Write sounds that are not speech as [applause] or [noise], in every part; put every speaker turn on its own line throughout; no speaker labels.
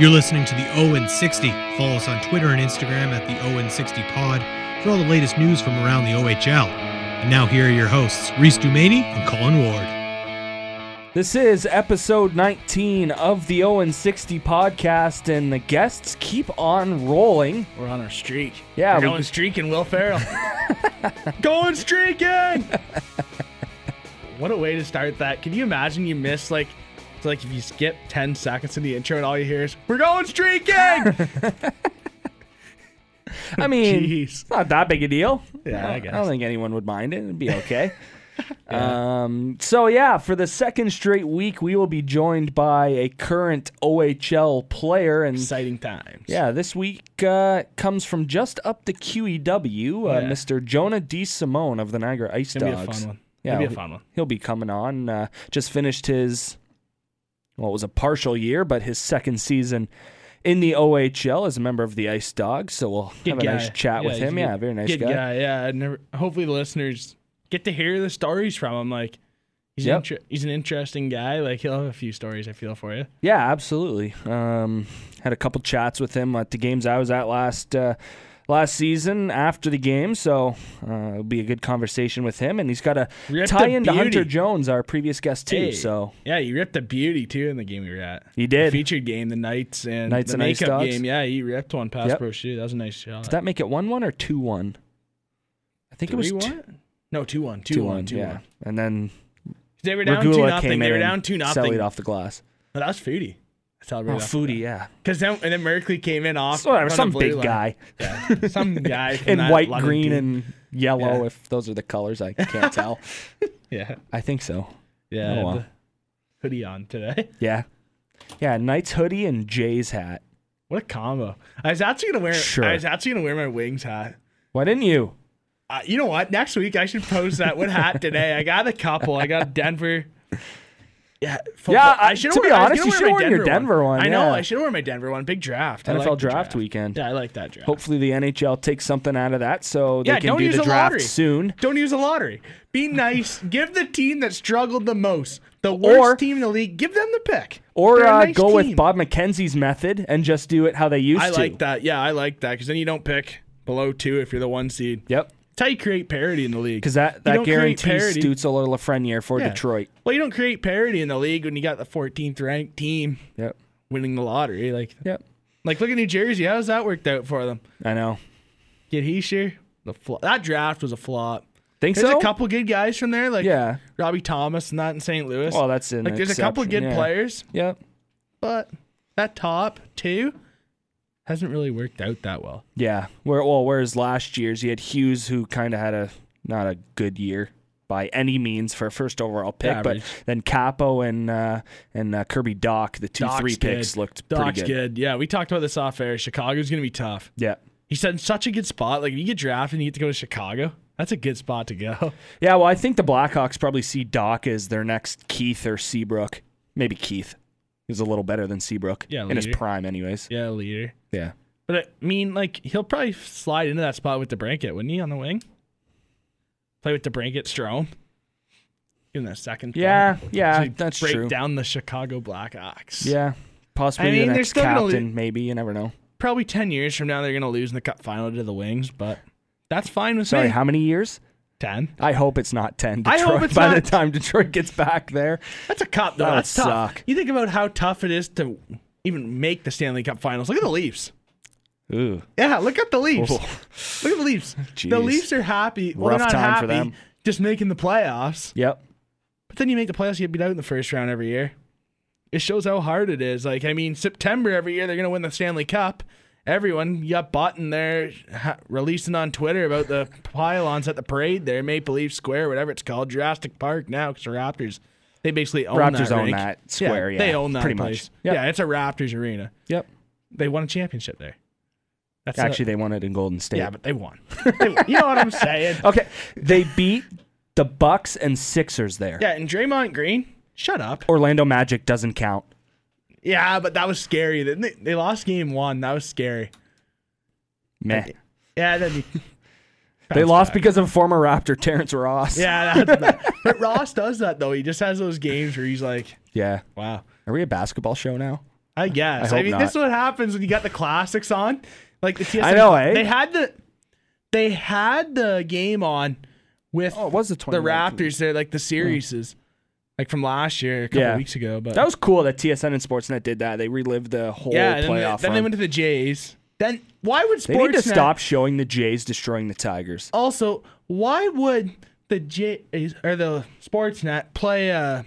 You're listening to the Owen 60. Follow us on Twitter and Instagram at the Owen 60 Pod for all the latest news from around the OHL. And now here are your hosts, Reese Dumaney and Colin Ward.
This is episode 19 of the Owen 60 podcast, and the guests keep on rolling.
We're on our streak.
Yeah,
We're
we-
going streaking,
[laughs]
Will Ferrell. going streaking. [laughs] what a way to start that! Can you imagine you miss like, it's like if you skip ten seconds in the intro and all you hear is "We're
[laughs]
going streaking." yeah, [laughs]
I mean,
Jeez.
it's not that big a deal.
Yeah, I
don't- I
guess.
don't think anyone would mind it. It'd be
[laughs]
okay. um, so, yeah, for the second straight week, we will be joined by a current OHL player. And
Exciting times.
yeah, this week uh, comes from just up to QEW, uh,
Yeah.
Mr. Jonah D. Simone of the Niagara Ice
it's gonna
Dogs.
be a fun one.
Yeah,
it'll be
we-
a fun one.
he'll be coming on. Uh, just finished his, well, it was a partial year, but his second season in the OHL as a member of the Ice Dogs. So we'll have a nice chat with
he's a
him.
good-
Yeah, very nice
good
guy.
Yeah, I never. Hopefully, the listeners get to hear the stories from him. Like, he's
Yep.
an inter- he's an interesting guy. Like, he'll have a few stories. I feel for you.
Yeah, absolutely. Um, had a couple chats with him at the games I was at last uh, last season after the game, so uh, it'll be a good conversation with him. And he's got a
Ripped
tie
a
into Hunter
beauty.
Jones, our previous guest too.
Hey.
So
Yeah, he ripped a beauty too in the game we were at.
He did.
The featured game, the Knights and
Knights
the
and Ice
makeup
Dogs.
game. Yeah, he ripped one past
Yep.
pro shoot. That was a nice shot.
did that make it one one or two one? I think it was
Three
two-
one? No, two one. Two
two
one.
one.
Two
yeah,
one.
and then
They were down two
Regula
nothing.
came
They
in
were
and
down two
Sallied
nothing.
off the glass.
But that was foodie. I
Oh,
celebrated.
foodie, yeah.
Because then and then Merkley came in off.
So whatever,
on the
some
blue
big
line.
guy
Yeah, [laughs] some guy from
in
that
white,
London
green,
team.
and yellow.
Yeah.
If those are the colors, I can't tell.
[laughs] yeah,
I think so.
yeah.
Oh, wow.
the Hoodie on today. [laughs]
Yeah, yeah. Knight's hoodie and Jay's hat.
What a combo! I was actually gonna wear.
Sure.
I was actually gonna wear my wings hat.
Why didn't you?
Uh, you know what? Next week I should post that. What hat today? I got a couple. I got Denver. Yeah, football.
Yeah, I-
should've
to be
worn- I was
honest,
gonna
you
wear
should've
my
worn your Denver one,
I know.
yeah.
I should have worn my Denver one. Big draft. I
NFL
like the
draft, weekend.
Yeah, I like that draft.
Hopefully, the NHL takes something out of that so they
Yeah,
can
don't
do
use
the
a
draft
lottery.
soon.
Don't use a lottery. Be nice. give the team that struggled the most, the worst
Or-
team in the league, give them the pick.
Or
They're a
uh,
nice
go with
team.
Bob McKenzie's method and just do it how they used
I
to.
like that. Yeah, I like that because then you don't pick below two if you're the one seed.
Yep,
It's how you create parity in the league.
because that,
You
that
don't create
guarantees
parity-
Stutzel or Lafreniere for
Yeah.
Detroit.
Well, you don't create parity in the league when you got the 14th ranked team
Yep,
winning the lottery. Like,
yep.
like look at New Jersey. How's that worked out for them?
I know.
Get Heisher. The flo- that draft was a flop.
Think
There's
so?
a couple good guys from there, like
Yeah.
Robbie Thomas and that in St. Louis.
Well, that's an
like there's a couple
exception,
good
yeah.
players,
Yep.
but that top two hasn't really worked out that well.
Yeah. Where well, whereas last year's you had Hughes who kind of had a not a good year by any means for a first overall pick,
Average.
but then Capo and uh, and uh, Kirby Doc, the two
Doc's
three picks
good.
looked
Doc's
pretty good.
good. Yeah, we talked about this off air. Chicago's gonna be tough.
Yeah.
He's in such a good spot. Like if you get drafted and you get to go to Chicago, that's a good spot to go. [laughs]
Yeah, well, I think the Blackhawks probably see Doc as their next Keith or Seabrook. Maybe Keith. He's a little better than Seabrook
Yeah,
in his
leader.
prime anyways.
Yeah, leader.
Yeah.
But I mean, like he'll probably slide into that spot with the blanket, wouldn't he, on the wing? Play with the blanket, Strom. Give him that second. thought.
Yeah,
So
yeah,
he'd
that's
break
true.
down the Chicago Blackhawks.
Yeah. Possibly
I mean,
the
they're
next
still gonna
captain,
lose-
maybe, you never know.
Probably ten years from now, they're gonna lose in the Cup final to the Wings, but that's fine with
Sorry,
me.
how many years?
ten.
I hope it's not ten.
I
Detroit
hope it's
by
not-
the time Detroit gets back there.
That's a cup though.
That would
that's tough.
suck.
You think about how tough it is to even make the Stanley Cup Finals. Look at the Leafs.
Ooh,
Yeah, look at the Leafs.
Oh.
Look at the Leafs. The
Jeez.
Leafs are happy. Well,
Rough
they're not
time for
happy.
them.
Just making the playoffs.
yep.
But then you make the playoffs, you get beat out in the first round every year. It shows how hard it is. Like, I mean, September every year, they're going to win the Stanley Cup. Everyone, you got Button there ha- releasing on Twitter about the [laughs] pylons at the parade there, Maple Leaf Square, whatever it's called, Jurassic Park now, because the Raptors, they basically own
Raptors
that.
own
rink.
that square, yeah,
They own that
pretty
place.
much. Yep.
Yeah, it's a Raptors arena.
Yep.
They won a championship there. That's
Actually, they Oh. won it in Golden State.
yeah, but they won. [laughs] They- you know what
[laughs]
I'm saying?
okay, they beat the Bucks and Sixers there.
Yeah, and Draymond Green, shut up.
Orlando Magic doesn't count.
Yeah, but that was scary. They- They, they lost game one. That was scary.
Meh. [laughs]
Yeah, that'd be.
They lost because of former Raptor Terrence Ross.
Yeah, that's bad. but Ross does that though. He just has those games where he's like,
Yeah.
"Wow,
Are we a basketball show now?
I guess.
I
I,
hope
mean,
not.
this is what happens when you got the classics on. Like the TSN,
I know, eh?
They had the they had the game on with
Oh, it was the
the
2019.
Raptors. They're like the series, like from last year, a couple
Yeah.
weeks ago. But
That was cool that TSN and Sportsnet did that. They relived the whole
yeah. Then,
playoff.
they, then they
run.
went to the Jays. Then why would
They need to
Sportsnet
stop showing the Jays destroying the Tigers.
Also, why would the Jays or the Sportsnet play? Uh,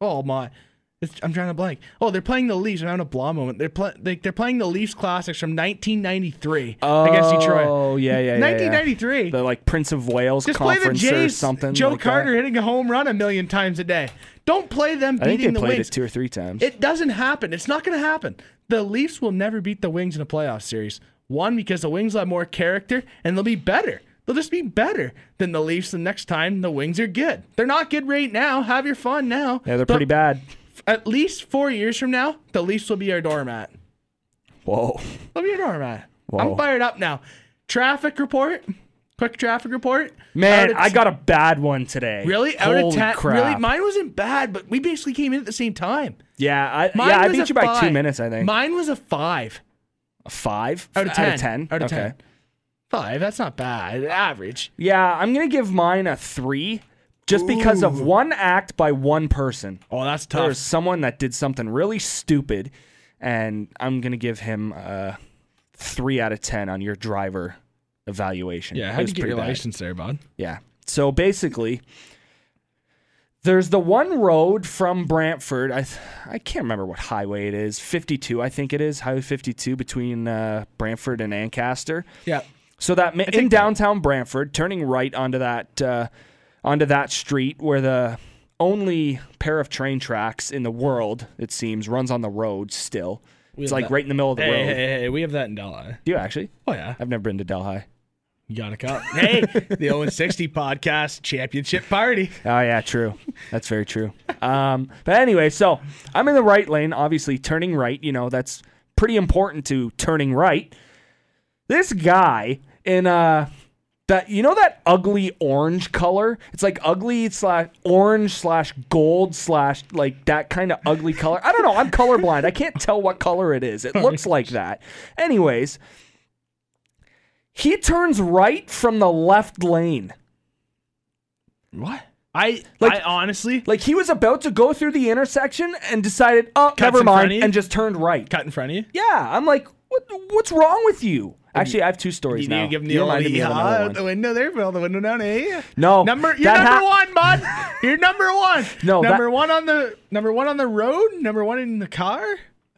oh my, it's, I'm trying to blank. Oh, they're playing the Leafs. I'm having a blah moment. They're playing. They, they're playing the Leafs classics from 1993 against Detroit.
Oh yeah, yeah, yeah. yeah.
1993.
The like Prince of Wales
Just play the
conference or
Jays.
something.
Joe
like that.
Carter hitting a home run a million times a day. Don't play them
I think they
beating the
played
Wings.
it two or three times.
It doesn't happen. It's not going to happen. The Leafs will never beat the Wings in a playoff series. One, because the Wings will have more character and they'll be better. They'll just be better than the Leafs the next time the Wings are good. They're not good right now. Have your fun now.
yeah, they're
But
pretty bad.
At least four years from now, the Leafs will be our doormat.
Whoa.
They'll be our doormat.
Whoa.
I'm fired up now. Traffic report. Quick traffic report. Out
Man,
of
I got a bad one today.
really out
Holy
of ten.
Crap.
Really, mine wasn't bad, but we basically came in at the same time.
yeah, I,
Mine
yeah, I
was a
beat you by two
five.
minutes. I think
Mine was a five.
A five
Out of ten.
Out of ten.
Out of
Okay.
ten. Five. That's not bad. Average.
Yeah, I'm gonna give mine a three, just because of one act by one person.
Oh, that's
There was someone that did something really stupid, and I'm gonna give him a three out of ten on your driver evaluation.
Yeah,
It
how would
was
you get
pretty
your
bad.
license there, bud?
Yeah. So basically, there's the one road from Brantford. I th- I can't remember what highway it is. 52, I think it is. Highway 52 between uh, Brantford and Ancaster.
Yeah.
So that ma- in downtown Brantford, turning right onto that uh, onto that street where the only pair of train tracks in the world, it seems, runs on the road still. it's
have
like
that.
right in the middle of the
Hey, hey,
road.
hey, hey, we have that in Delhi.
Do you actually?
Oh yeah,
I've never been to Delhi.
you got a cup. [laughs] hey, the Owen sixty podcast championship party.
[laughs] Oh yeah, true. That's very true. Um, but anyway, so I'm in the right lane, obviously turning right. You know that's pretty important to turning right. This guy in uh that you know that ugly orange color. It's like ugly slash orange slash gold slash like that kind of ugly color. I don't know. I'm colorblind. I can't tell what color it is. It looks like that. Anyways, he turns right from the left lane.
What? I
Like-
I honestly
Like he was about to go through the intersection and decided, oh, never
in front
mind,
of you?
and just turned right.
cut in front of you.
Yeah, I'm like, what, what's wrong with you? Actually, I have two stories
You need
now.
to give him the old
reminded me of
yeehaw
another
out
one.
the window there. Roll the window down, eh?
No,
Number you're
that
number
hap-
one, bud. [laughs] You're number one.
No, that-
number one on the number one on the road. Number one in the car.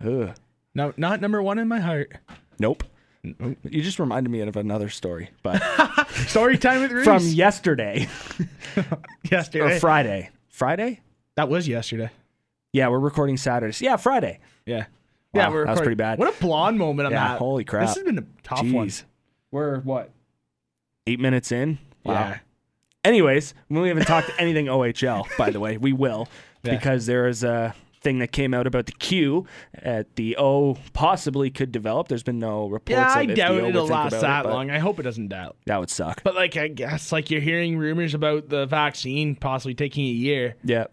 Ugh.
No, not number one in my heart.
Nope. You just reminded me of another story,
[laughs]
but
Story time with Reese
from yesterday or
yesterday.
Friday. Friday?
that was yesterday.
Yeah, we're recording Saturdays. Yeah, Friday.
Yeah.
Wow, that was pretty bad.
What a blonde moment I'm
Yeah,
at.
holy crap.
This has been a tough
Jeez.
one.
We're what? Eight minutes in. Wow.
Yeah.
Anyways, we haven't talked anything [laughs] OHL, by the way. We will,
Yeah.
because there is a thing that came out about the Q at the O possibly could develop. There's been no reports.
Yeah,
of
I
if the
doubt
O would
it'll
think
last
about
that
it, but
long. I hope it doesn't doubt.
That would suck.
But like I guess like you're hearing rumors about the vaccine possibly taking a year.
Yeah.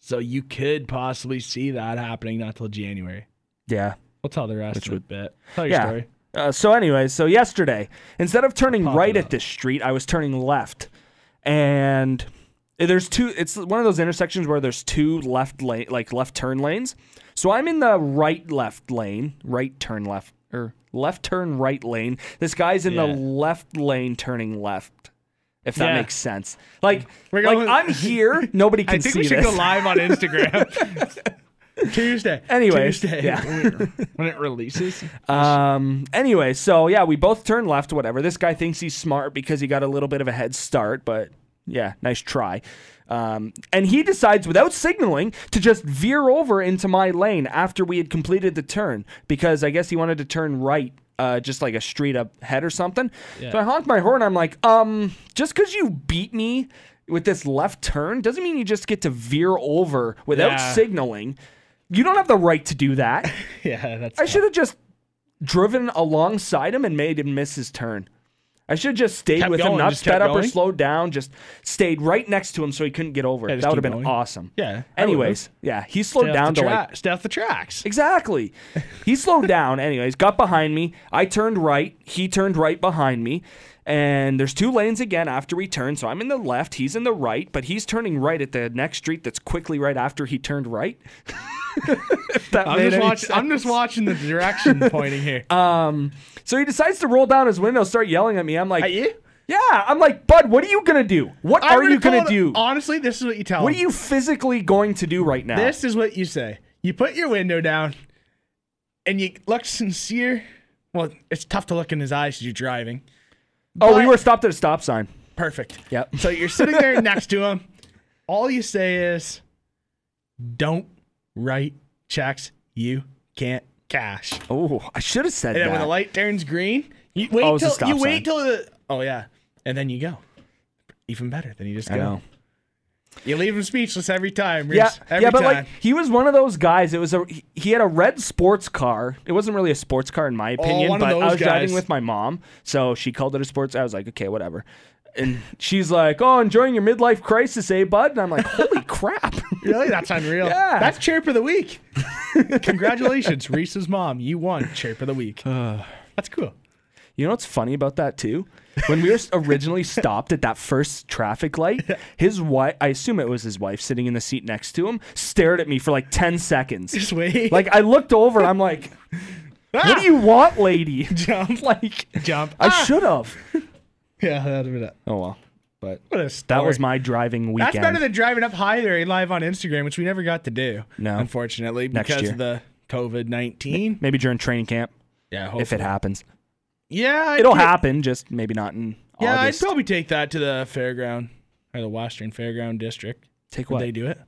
So you could possibly see that happening not till January.
Yeah.
We'll tell the rest of
would-
would, bit. Tell your
yeah.
story.
Uh, so, anyways, so yesterday, instead of turning
Pop it
right at
up.
this street, I was turning left, and there's two. It's one of those intersections where there's two left lane, like left turn lanes. So I'm in the right left lane, right turn left or left turn right lane. This guy's in
Yeah.
the left lane, turning left. If that
Yeah.
makes sense, like,
We're
like
going-
I'm
[laughs]
here, nobody can
I think
see
we should
this.
go live on Instagram.
[laughs]
Tuesday.
Anyways,
Tuesday.
yeah.
[laughs] when it releases.
Um. Anyway, so yeah, we both turn left. Whatever. This guy thinks he's smart because he got a little bit of a head start, but yeah, nice try. Um, and he decides without signaling to just veer over into my lane after we had completed the turn because I guess he wanted to turn right, uh, just like a street up head or something. So I honked my horn. I'm like, um, just because you beat me with this left turn doesn't mean you just get to veer over without
Yeah.
signaling. You don't have the right to do that.
Yeah, that's
I should have just driven alongside him and made him miss his turn. I should have just stayed
Kept
with him,
going,
not
just
sped
kept
up or
going.
slowed down, just stayed right next to him so he couldn't get over it.
Yeah, just
that would have
keep
been
going.
awesome.
Yeah, I would've.
Anyways, yeah, he slowed
Stay off
down
the
to like
[laughs] tra- stay off the tracks.
Exactly. He slowed down, anyways, got behind me. I turned right. He turned right behind me. And there's two lanes again after we turn. So I'm in the left. He's in the right, but he's turning right at the next street that's quickly right after he turned right. [laughs] If that
I'm
made
just
any
watching. I'm just watching the direction
[laughs]
pointing here.
Um, so he decides to roll down his window, start yelling at me. I'm like,
At you?
yeah. I'm like, bud, what are you gonna do? What
I
are
would've
you gonna
told-
do?
Honestly, this is what you tell.
what are
him.
you physically going to do right now?
This is what you say. You put your window down, and you look sincere. Well, it's tough to look in his eyes as you're driving.
oh, we
but-
were stopped at a stop sign.
Perfect. [laughs]
Yep.
So you're sitting
[laughs]
there next to him. All you say is, "Don't write checks you can't cash." And
Oh, I should have said
then
that.
when the light turns green, you wait
Oh, it's a
till
stop
you wait
sign.
till the oh yeah, and then you go. Even better than you just
I
go.
know.
You leave him speechless every time.
Yeah,
Reese. every
yeah, but
time.
like he was one of those guys. It was a he- he had a red sports car. It wasn't really a sports car in my opinion,
one of
but I
those
was driving
guys.
with my mom, so she called it a sports. I was like, okay, whatever. And she's like, "Oh, enjoying your midlife crisis, eh, bud?" And I'm like, "Holy [laughs] crap!"
really, that's unreal.
[laughs] Yeah.
That's chirp of the
[laughs]
week. Congratulations, Reese's mom. You won chirp of the week. that's cool.
You know what's funny about that too? When we were
[laughs]
originally stopped at that first traffic light, his wife—I assume it was his wife—sitting in the seat next to him stared at me for like ten seconds.
Just wait.
Like I looked over, and I'm
[laughs]
like,
Ah!
"What do you want, lady?" [laughs]
jump?
like
Jump.
I
Ah!
should have.
Yeah, that'd have been it.
Oh well,
But what a
that
story.
was my driving weekend.
That's better than driving up high there live on Instagram, which we never got to do.
No.
unfortunately,
Next
because
year.
of the COVID nineteen.
maybe during training camp if
Yeah,
it
hopefully.
happens.
Yeah, I'd
It'll
do-
happen, just maybe not in
Yeah,
August.
I'd probably take that to the fairground or the Western Fairground District.
Take
Would
what?
they do it?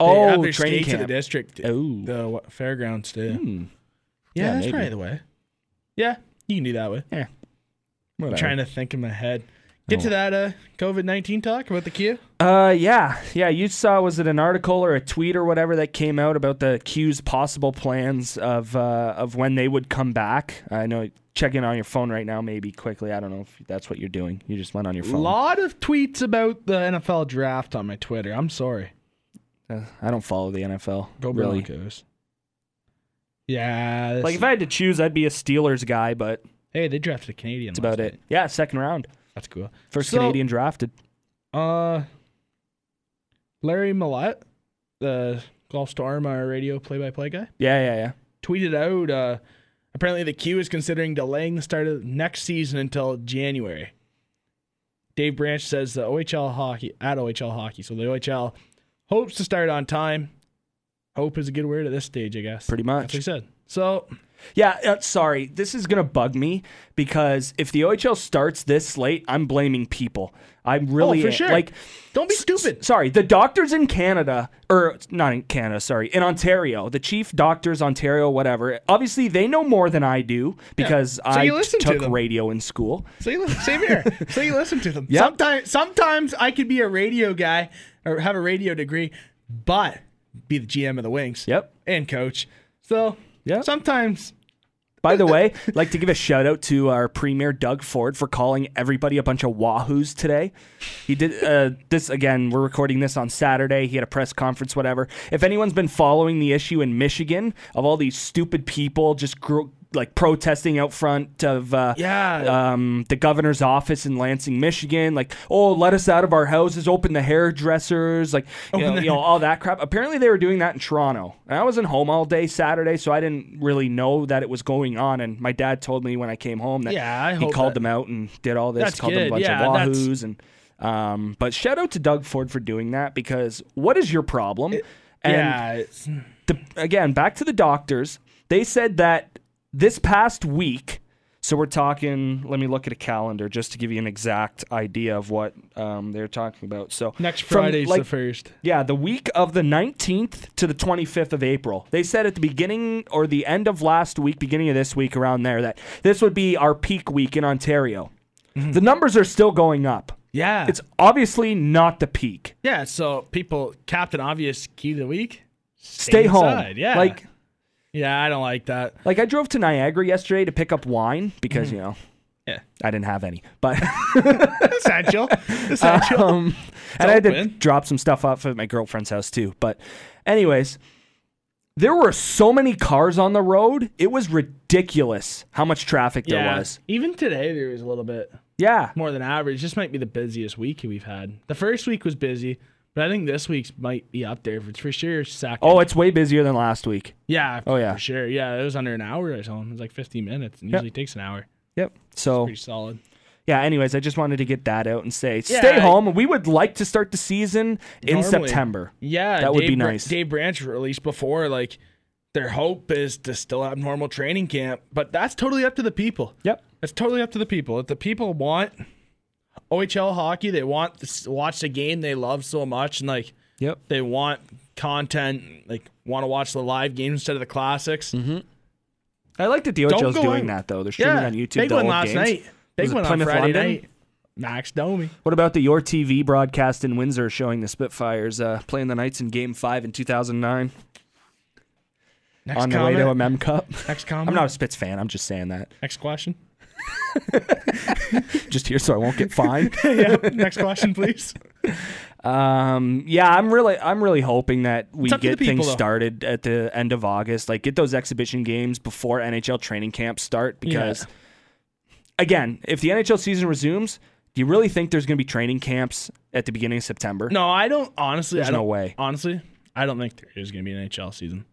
they have
oh,
their
training
skate to the
camp.
district.
Oh.
the wa- fairgrounds too.
Hmm.
Yeah,
Yeah,
that's
maybe.
probably the way. Yeah, you can do that way. I'm
Whatever.
trying to think in my head. Get
Oh.
to that uh, COVID nineteen talk about the queue.
Uh, yeah, yeah. You saw was it an article or a tweet or whatever that came out about the Q's possible plans of uh, of when they would come back? I know checking on your phone right now, maybe quickly. I don't know if that's what you're doing. You just went on your
A
phone.
lot of tweets about the NFL draft on my Twitter. I'm sorry.
Uh, I don't follow the NFL.
Go
really.
Broncos. Yeah. this-
Like if I had to choose, I'd be a Steelers guy, but
hey, they drafted a Canadian.
That's about it. Yeah, second round.
That's cool.
First
So-
Canadian drafted.
Uh, Larry Millette, the Golf Storm uh, radio play-by-play guy,
Yeah, yeah, yeah.
tweeted out. Uh, apparently, the Q is considering delaying the start of next season until January. Dave Branch says the OHL hockey at OHL hockey, so the OHL hopes to start on time. Hope is a good word at this stage, I guess.
Pretty much.
That's what he said. So
Yeah, uh, sorry. This is going to bug me because if the OHL starts this late, I'm blaming people. I'm really
Oh, for sure.
like
don't be stupid.
S- Sorry, the doctors in Canada, or not in Canada, sorry, in Ontario, the chief doctors, Ontario, whatever. Obviously, they know more than I do because
So you
I
listen to
took
them.
radio in school.
So you listen, same here. so you listen to them.
[laughs] Yep.
Sometimes, sometimes I could be a radio guy or have a radio degree, but be the GM of the Wings.
Yep.
And coach. So
Yep.
sometimes
By the way, [laughs] I'd like to give a shout out to our premier Doug Ford for calling everybody a bunch of wahoos today. He did uh, this again. We're recording this on Saturday. He had a press conference, whatever. If anyone's been following the issue in Michigan of all these stupid people just gr- like protesting out front of uh,
Yeah.
um, the governor's office in Lansing, Michigan, like oh let us out of our houses, open the hairdressers, like you know, you know, all that crap. Apparently, they were doing that in Toronto. And I wasn't home all day Saturday, so I didn't really know that it was going on. And my dad told me when I came home that
Yeah, I
he
hope
called
that-
them out and did all this,
That's
called them a
good.
bunch
Yeah,
of
that's-
wahoos. And um, but shout out to Doug Ford for doing that because what is your problem? and
yeah, it's-
the, again, back to the doctors. They said that this past week, so we're talking, let me look at a calendar just to give you an exact idea of what um, they're talking about. So
next
from,
Friday's
like,
the first.
yeah, the week of the 19th to the 25th of April. They said at the beginning or the end of last week, beginning of this week, around there, that this would be our peak week in Ontario. The numbers are still going up.
Mm-hmm. Yeah.
It's obviously not the peak.
yeah. So people, Captain Obvious key of the week.
Stay home.
inside, yeah.
Like,
Yeah, I don't like that. Mm-hmm.
Like I drove to Niagara yesterday to pick up wine because you know
Yeah.
I didn't have any,
[laughs]
but [laughs]
Essential. Essential.
um, and I had to
open.
drop some stuff off at my girlfriend's house too. But, anyways, there were so many cars on the road; it was ridiculous how much traffic there was.
Even today, there was a little bit
Yeah,
more than average. This might be the busiest week we've had. The first week was busy, but I think this week's might be up there for, for sure. Second.
Oh, it's way busier than last week.
yeah.
oh, yeah.
For sure. Yeah, it was under an hour or something. It was like 15 minutes. and usually takes an hour.
Yep. So
Pretty solid.
yeah. Anyways, I just wanted to get that out and say,
Yeah,
stay
I-
home. We would like to start the season in
Normally.
September.
Yeah,
That would
Dave
be
Bra-
nice.
Dave Branch released before, like their hope is to still have normal training camp, but that's totally up to the people.
Yep.
It's totally up to the people. If the people want OHL hockey, they want to s- watch the game they love so much, and like
Yep.
they want content, like want to watch the live game instead of the classics.
I like that the OHL's
go
doing
out.
that though. They're Mm-hmm. streaming
Yeah,
on YouTube.
big
the
one
old
last
games.
night. Big
it
one on
Plymouth,
Friday
London?
night. Max Domi.
What about the Your TV broadcast in Windsor showing the Spitfires uh, playing the Knights in Game Five in 2009
Next
on the way
comment.
to a Mem Cup?
Next comment.
I'm not a Spitz fan. I'm just saying that [laughs]
Next question. [laughs]
just here so I won't get
[laughs]
fined.
yeah. Next question, please.
Um, yeah, I'm really, I'm really hoping that we
It's up to
get
the people,
things
though.
started at the end of August. Like, get those exhibition games before NHL training camps start. Because, again, if the NHL season resumes, do you really think there's going to be training camps at the beginning of September?
No, I don't. Honestly,
There's
I don't,
no way.
Honestly, I don't think there is going to be an NHL season.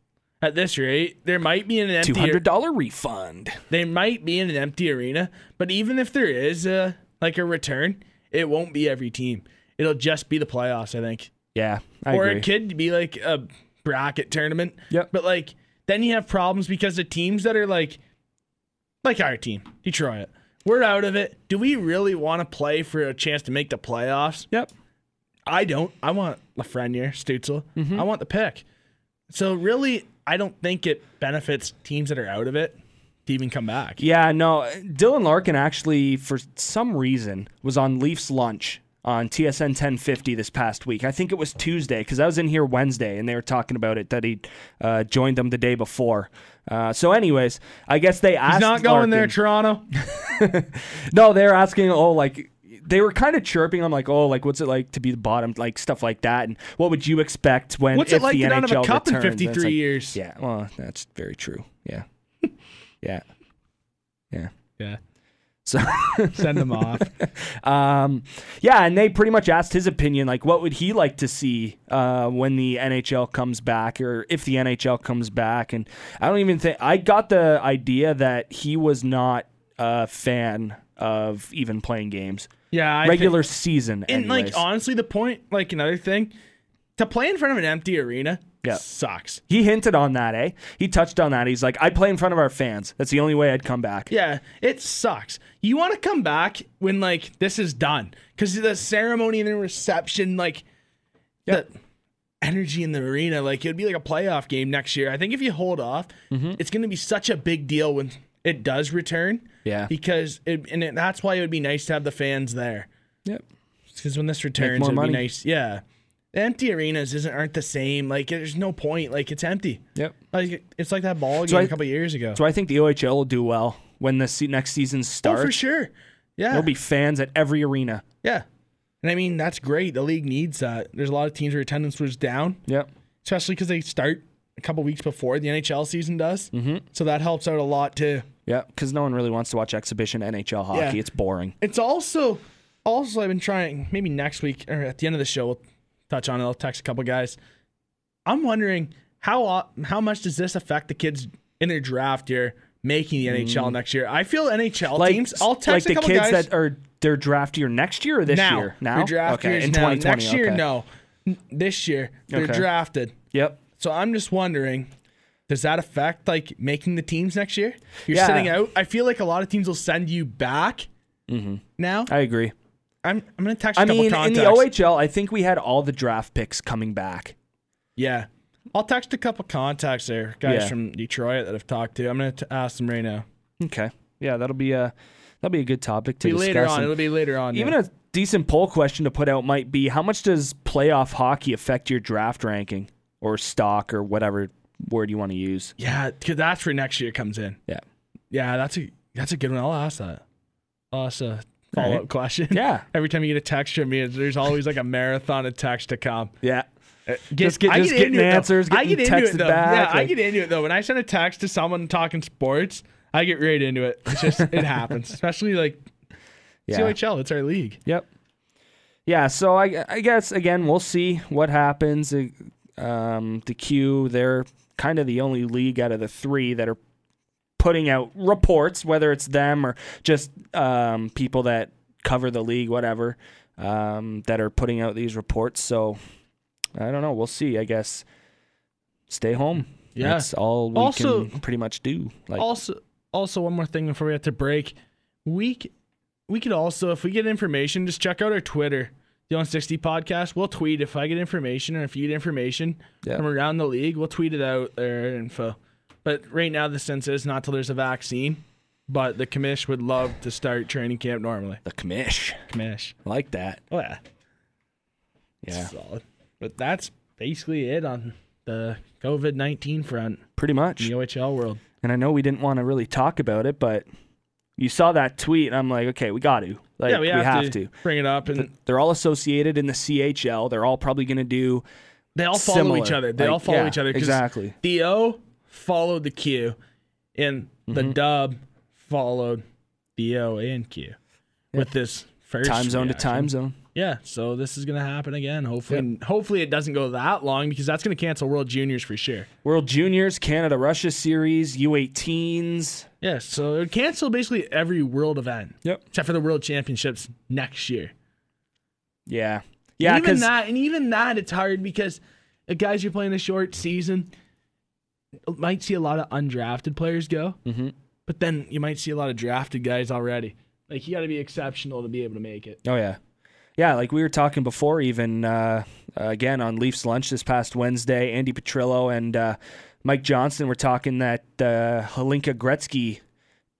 At this rate, there might be an empty.
two hundred dollar refund.
They might be in an empty arena, but even if there is a like a return, it won't be every team. It'll just be the playoffs, I think,
Yeah, I
or
agree.
it could be like a bracket tournament.
Yep.
But like then you have problems because the teams that are like, like our team, Detroit, we're out of it. Do we really want to play for a chance to make the playoffs?
Yep.
I don't. I want Lafreniere, Stutzel. I want the pick. So really, I don't think it benefits teams that are out of it to even come back.
Yeah, no. Dylan Larkin actually, for some reason, was on Leafs lunch on TSN 1050 this past week. I think it was Tuesday because I was in here Wednesday and they were talking about it that he uh, joined them the day before. Uh, so, anyways, I guess they asked.
He's not going there,
Larkin-
Toronto.
no, they were asking, oh, like they were kind of chirping on like, oh, like what's it like to be the bottom, like stuff like that, and what would you expect when
What's it
if
like
the NHL
to not have a cup in
returns? And it's
53
like,
years?
Yeah, well, that's very true. Yeah, [laughs] yeah, yeah.
Yeah.
So.
[laughs] Send him off.
Um, yeah, and they pretty much asked his opinion, like what would he like to see uh, when the NHL comes back, or if the NHL comes back. And I don't even think I got the idea that he was not a fan of even playing games
Yeah. I
regular season.
Think, and like
anyways.
honestly, the point, like another thing, to play in front of an empty arena
Yeah.
sucks.
he hinted on that, eh? He touched on that. He's like, I play in front of our fans. That's the only way I'd come back.
Yeah, it sucks. You want to come back when like this is done because the ceremony and the reception, like the energy in the arena, like it would be like a playoff game next year. I think if you hold off,
Mm-hmm.
it's going to be such a big deal when it does return.
Yeah.
because it and it, that's why it would be nice to have the fans there.
Yep.
Because when this returns,
more
it'd
money.
be nice. Yeah, the empty arenas isn't aren't the same. Like there's no point. Like it's empty.
Yep.
Like it's like that ball game
I-
a couple years ago.
So I think the OHL will do well when the se- next season
oh,
starts.
for sure. Yeah,
There'll be fans at every arena.
Yeah. And I mean, that's great. The league needs that. There's a lot of teams where attendance was down,
Yep.
especially because they start a couple weeks before the NHL season does. Mm-hmm. So that helps out a lot too.
Yeah, because no one really wants to watch exhibition NHL hockey.
Yeah.
It's boring.
It's also, also I've been trying, maybe next week or at the end of the show, we'll touch on it. I'll text a couple guys. I'm wondering how o- how much does this affect the kids in their draft year making the NHL next year? I feel NHL
Mm. Like
teams, I'll
like
text a
the
couple
kids
guys.
that are their draft year next year or this
now.
year now.
Their draft
okay,
years
in
now.
2020.
Next year,
okay.
no. N- This year, they're
Okay.
drafted.
Yep.
So I'm just wondering, does that affect like making the teams next year? You're
Yeah.
sitting out. I feel like a lot of teams will send you back.
Mm-hmm.
Now
I agree.
I'm I'm gonna text a
I
couple
mean, in
contacts.
the OHL, I think we had all the draft picks coming back.
yeah, I'll text a couple contacts there, guys
Yeah.
from Detroit that I've talked to. I'm gonna t- ask them right now.
Okay. Yeah, that'll be a that'll be a good topic to
Be
discuss.
later on.
and
It'll be later on.
even
yeah.
a decent poll question to put out might be: How much does playoff hockey affect your draft ranking or stock or whatever word you want to use?
yeah, 'cause that's where next year comes in.
Yeah.
Yeah, that's a that's a good one. I'll ask that. Awesome. Follow up
right.
question.
Yeah.
[laughs] Every time you get a text from me, there's always like a marathon of text to come.
Yeah.
Get-
Uh, Just get-
I
just getting
into it, though.
answers,
I
getting
get into
texted
it though.
back,
Yeah, I
like-
get into it though. When I send a text to someone talking sports, I get right into it. It's just
[laughs]
it happens, especially like
Yeah.
CHL. It's our league.
Yep. Yeah, so I, I guess again we'll see what happens. Uh, Um, the Q, they're kind of the only league out of the three that are putting out reports, whether it's them or just um, people that cover the league, whatever, um, that are putting out these reports. So I don't know. We'll see. I guess stay home.
Yeah.
that's all we
Also-
can pretty much do. Like,
Also, also one more thing before we have to break. We c- we could also, if we get information, just check out our Twitter, the On Sixty Podcast. We'll tweet if I get information or if you get information
Yeah.
from around the league. We'll tweet it out there info. But right now, the sense is not till there's a vaccine. But the commish would love to start training camp normally.
the commish
Commish.
like that.
Oh yeah,
Yeah,
solid. But that's basically it on the COVID nineteen front
pretty much.
in the OHL world.
and I know we didn't want to really talk about it, but you saw that tweet, and I'm like, okay, we got to. Like,
yeah, we have, to, bring it up, and
They're all associated in the CHL. They're all probably going to do
they all follow
similar.
each other. They
Like,
all follow
yeah,
each other. 'cause
Exactly.
The O followed the Q, and the
Mm-hmm.
dub followed the O and Q with this first
Time zone to
reaction.
time zone.
Yeah, so this is gonna happen again. Hopefully, hopefully it doesn't go that long because that's gonna cancel World Juniors for sure.
World Juniors, Canada Russia series, U18s.
Yeah, so it would cancel basically every world event
Yep.
except for the World Championships next year.
Yeah. Yeah.
even
Because
that, and even that, it's hard because uh, guys, you're playing a short season. Might see a lot of undrafted players go,
Mhm.
but then you might see a lot of drafted guys already. Like you got to be exceptional to be able to make it.
Oh yeah, yeah. Like we were talking before, even uh, again on Leafs lunch this past Wednesday, Andy Petrillo and uh, Mike Johnson were talking that uh, Holinka Gretzky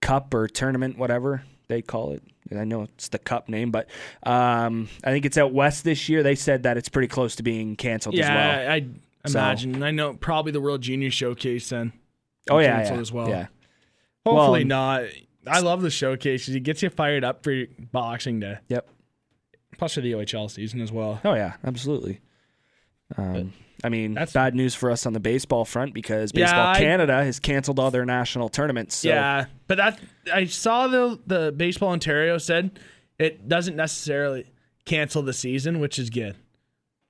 Cup or tournament, whatever they call it. And I know it's the cup name, but um, I think it's out west this year. They said that it's pretty close to being canceled as well.
I, I
So-
imagine. I know probably the World Junior Showcase then.
oh yeah,
canceled
yeah,
as well. um,
yeah.
Hopefully
Well-
not. I love the showcases. It gets you fired up for Boxing Day,
Yep.
plus for the OHL season as well.
Oh yeah, absolutely. Um, I mean,
that's-
bad news for us on the baseball front because
Yeah,
Baseball
I-
Canada has canceled all their national tournaments. So
Yeah, but that I saw the the baseball Ontario said it doesn't necessarily cancel the season, which is good.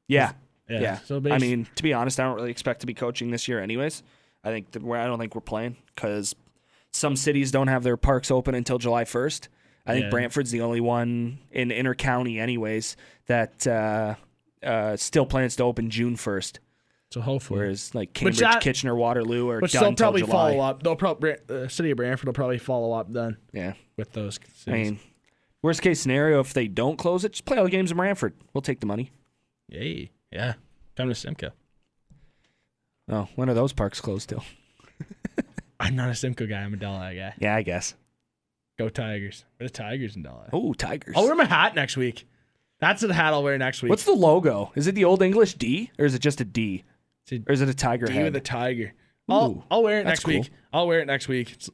Yeah.
Yeah.
Yeah.
So
I
bas-
mean, to be honest, I don't really expect to be coaching this year, anyways. I think that we're, I don't think we're playing because some cities don't have their parks open until July 1st. I think
Yeah.
Brantford's the only one in inner county, anyways, that uh, uh, still plans to open June 1st.
So hopefully,
Whereas, like Cambridge,
that-
Kitchener, Waterloo are
which
done
they'll
until
probably
July.
follow up. They'll probably the city of Brantford will probably follow up then
Yeah.
with those.
I mean, worst case scenario, if they don't close it, just play all the games in Brantford. We'll take the money.
yay, yeah, come to Simcoe.
Oh, when are those parks closed till?
I'm not a Simcoe guy. I'm a Delhi guy.
Yeah, I guess.
Go Tigers. We're the Tigers in Delhi.
Oh, Tigers.
I'll wear my hat next week. That's the hat I'll wear next week.
What's the logo? Is it the old English D or is it just a D?
It's a
Or is it a tiger
D
head?
with a tiger?
Ooh,
I'll, I'll wear it
that's
next week. I'll wear it next week. It's-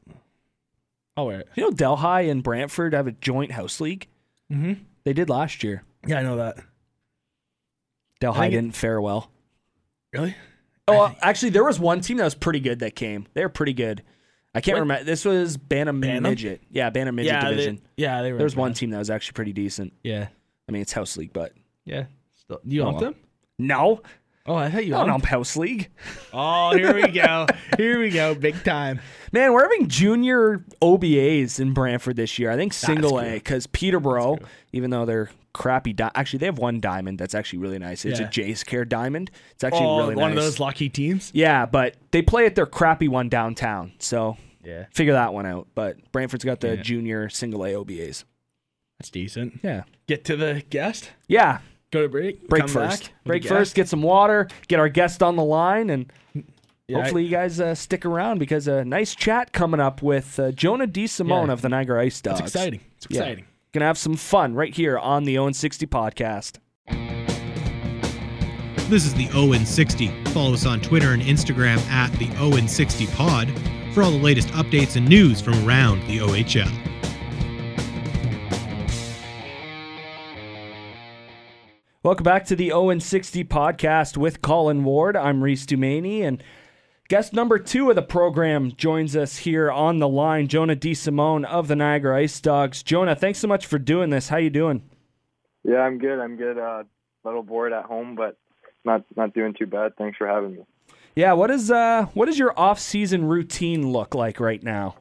I'll wear it.
you know Delhi and Brantford have a joint house league?
Mm-hmm.
They did last year.
Yeah, I know that.
Delhi
think it-
didn't fare well.
Really?
Oh, well, actually, there was one team that was pretty good that came. They were pretty good. I can't
What?
remember. This was Bantam,
Bantam?
Midget. Yeah, Bantam Midget Division.
They, yeah, they were.
there was one team that was actually pretty decent.
Yeah,
I mean, it's house league, but
yeah. Still, you
Oh,
want
well.
them?
no,
Oh, I thought you
I don't know house league.
Oh, here we go. [laughs] here we go. Big time.
Man, we're having junior OBAs in Brantford this year. I think single
cool.
A because Peterborough, even though they're crappy, di- actually they have one diamond that's actually really nice. It's
Yeah.
a Jace Care diamond. It's actually
Oh,
really
one
nice.
of those lucky teams.
yeah, but they play at their crappy one downtown. So
Yeah,
figure that one out. But Brantford's got the
Yeah.
junior single A OBAs.
that's decent.
Yeah,
Get to the guest.
yeah.
Go to break.
Break
come
first.
back with
Break
the
first.
guest.
Get some water. Get our guest on the line and.
Yeah,
Hopefully, you guys uh, stick around because a nice chat coming up with uh, Jonah D. Simone
Yeah.
of the Niagara Ice Dogs.
it's exciting. It's
Yeah.
[laughs] exciting.
Gonna have some fun right here on the Own 60 podcast.
This is the Owen 60. Follow us on Twitter and Instagram at the Owen 60 Pod for all the latest updates and news from around the OHL.
Welcome back to the Owen 60 podcast with Colin Ward. I'm Reese Dumaney, and guest number two of the program joins us here on the line, Jonah D. Simone of the Niagara Ice Dogs. Jonah, thanks so much for doing this. How you doing?
Yeah, I'm good. I'm good. Uh, little bored at home, but not not doing too bad. Thanks for having me.
Yeah, what is uh what does your off season routine look like right now?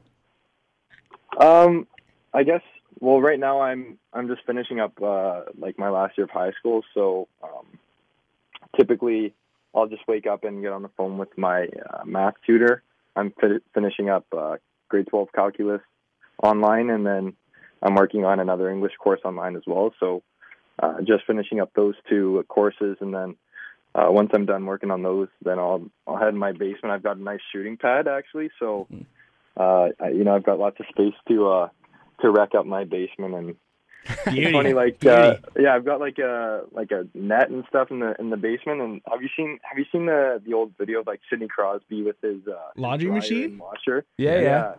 Um, I guess. Well, right now I'm I'm just finishing up uh, like my last year of high school, so um, typically I'll just wake up and get on the phone with my uh, math tutor. I'm fi- finishing up uh, grade 12 calculus online, and then I'm working on another English course online as well. So uh, just finishing up those two courses, and then uh, once I'm done working on those, then I'll I'll head in my basement. I've got a nice shooting pad actually, so uh, I, you know I've got lots of space to uh, to wreck up my basement and it's funny like uh, yeah i've got like a like a net and stuff in the in the basement and have you seen have you seen the the old video of like sidney crosby with his uh his
Laundry
dryer
machine?
and washer
Yeah, yeah.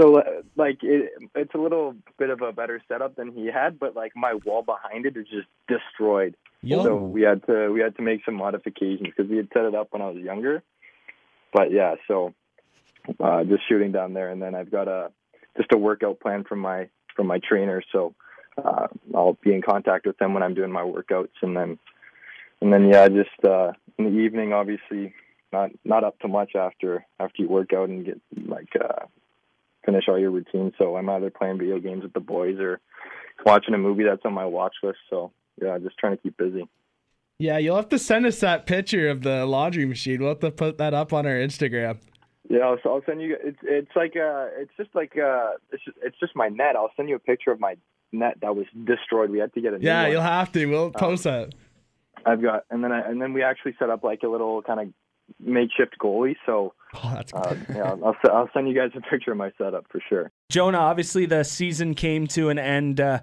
so uh, like it, it's a little bit of a better setup than he had but like my wall behind it is just destroyed so we had to we had to make some modifications because we had set it up when i was younger but yeah so uh just shooting down there and then i've got a just a workout plan from my from my trainer so uh, I'll be in contact with them when I'm doing my workouts, and then and then yeah, just uh, in the evening, obviously not not up to much after after you work out and get like uh, finish all your routine. So I'm either playing video games with the boys or watching a movie that's on my watch list. So yeah, just trying to keep busy.
Yeah, you'll have to send us that picture of the laundry machine. We'll have to put that up on our Instagram.
Yeah, I'll, I'll send you. It's it's like uh, it's just like uh, it's just, it's just my net. I'll send you a picture of my net that was destroyed. We had to get a new
Yeah,
one.
you'll have to.
Um,
We'll post that.
I've got, and then I, and then we actually set up like a little kind of makeshift goalie. So
Oh, that's
uh, yeah, I'll, I'll s- I'll send you guys a picture of my setup for sure.
Jonah, obviously the season came to an end uh,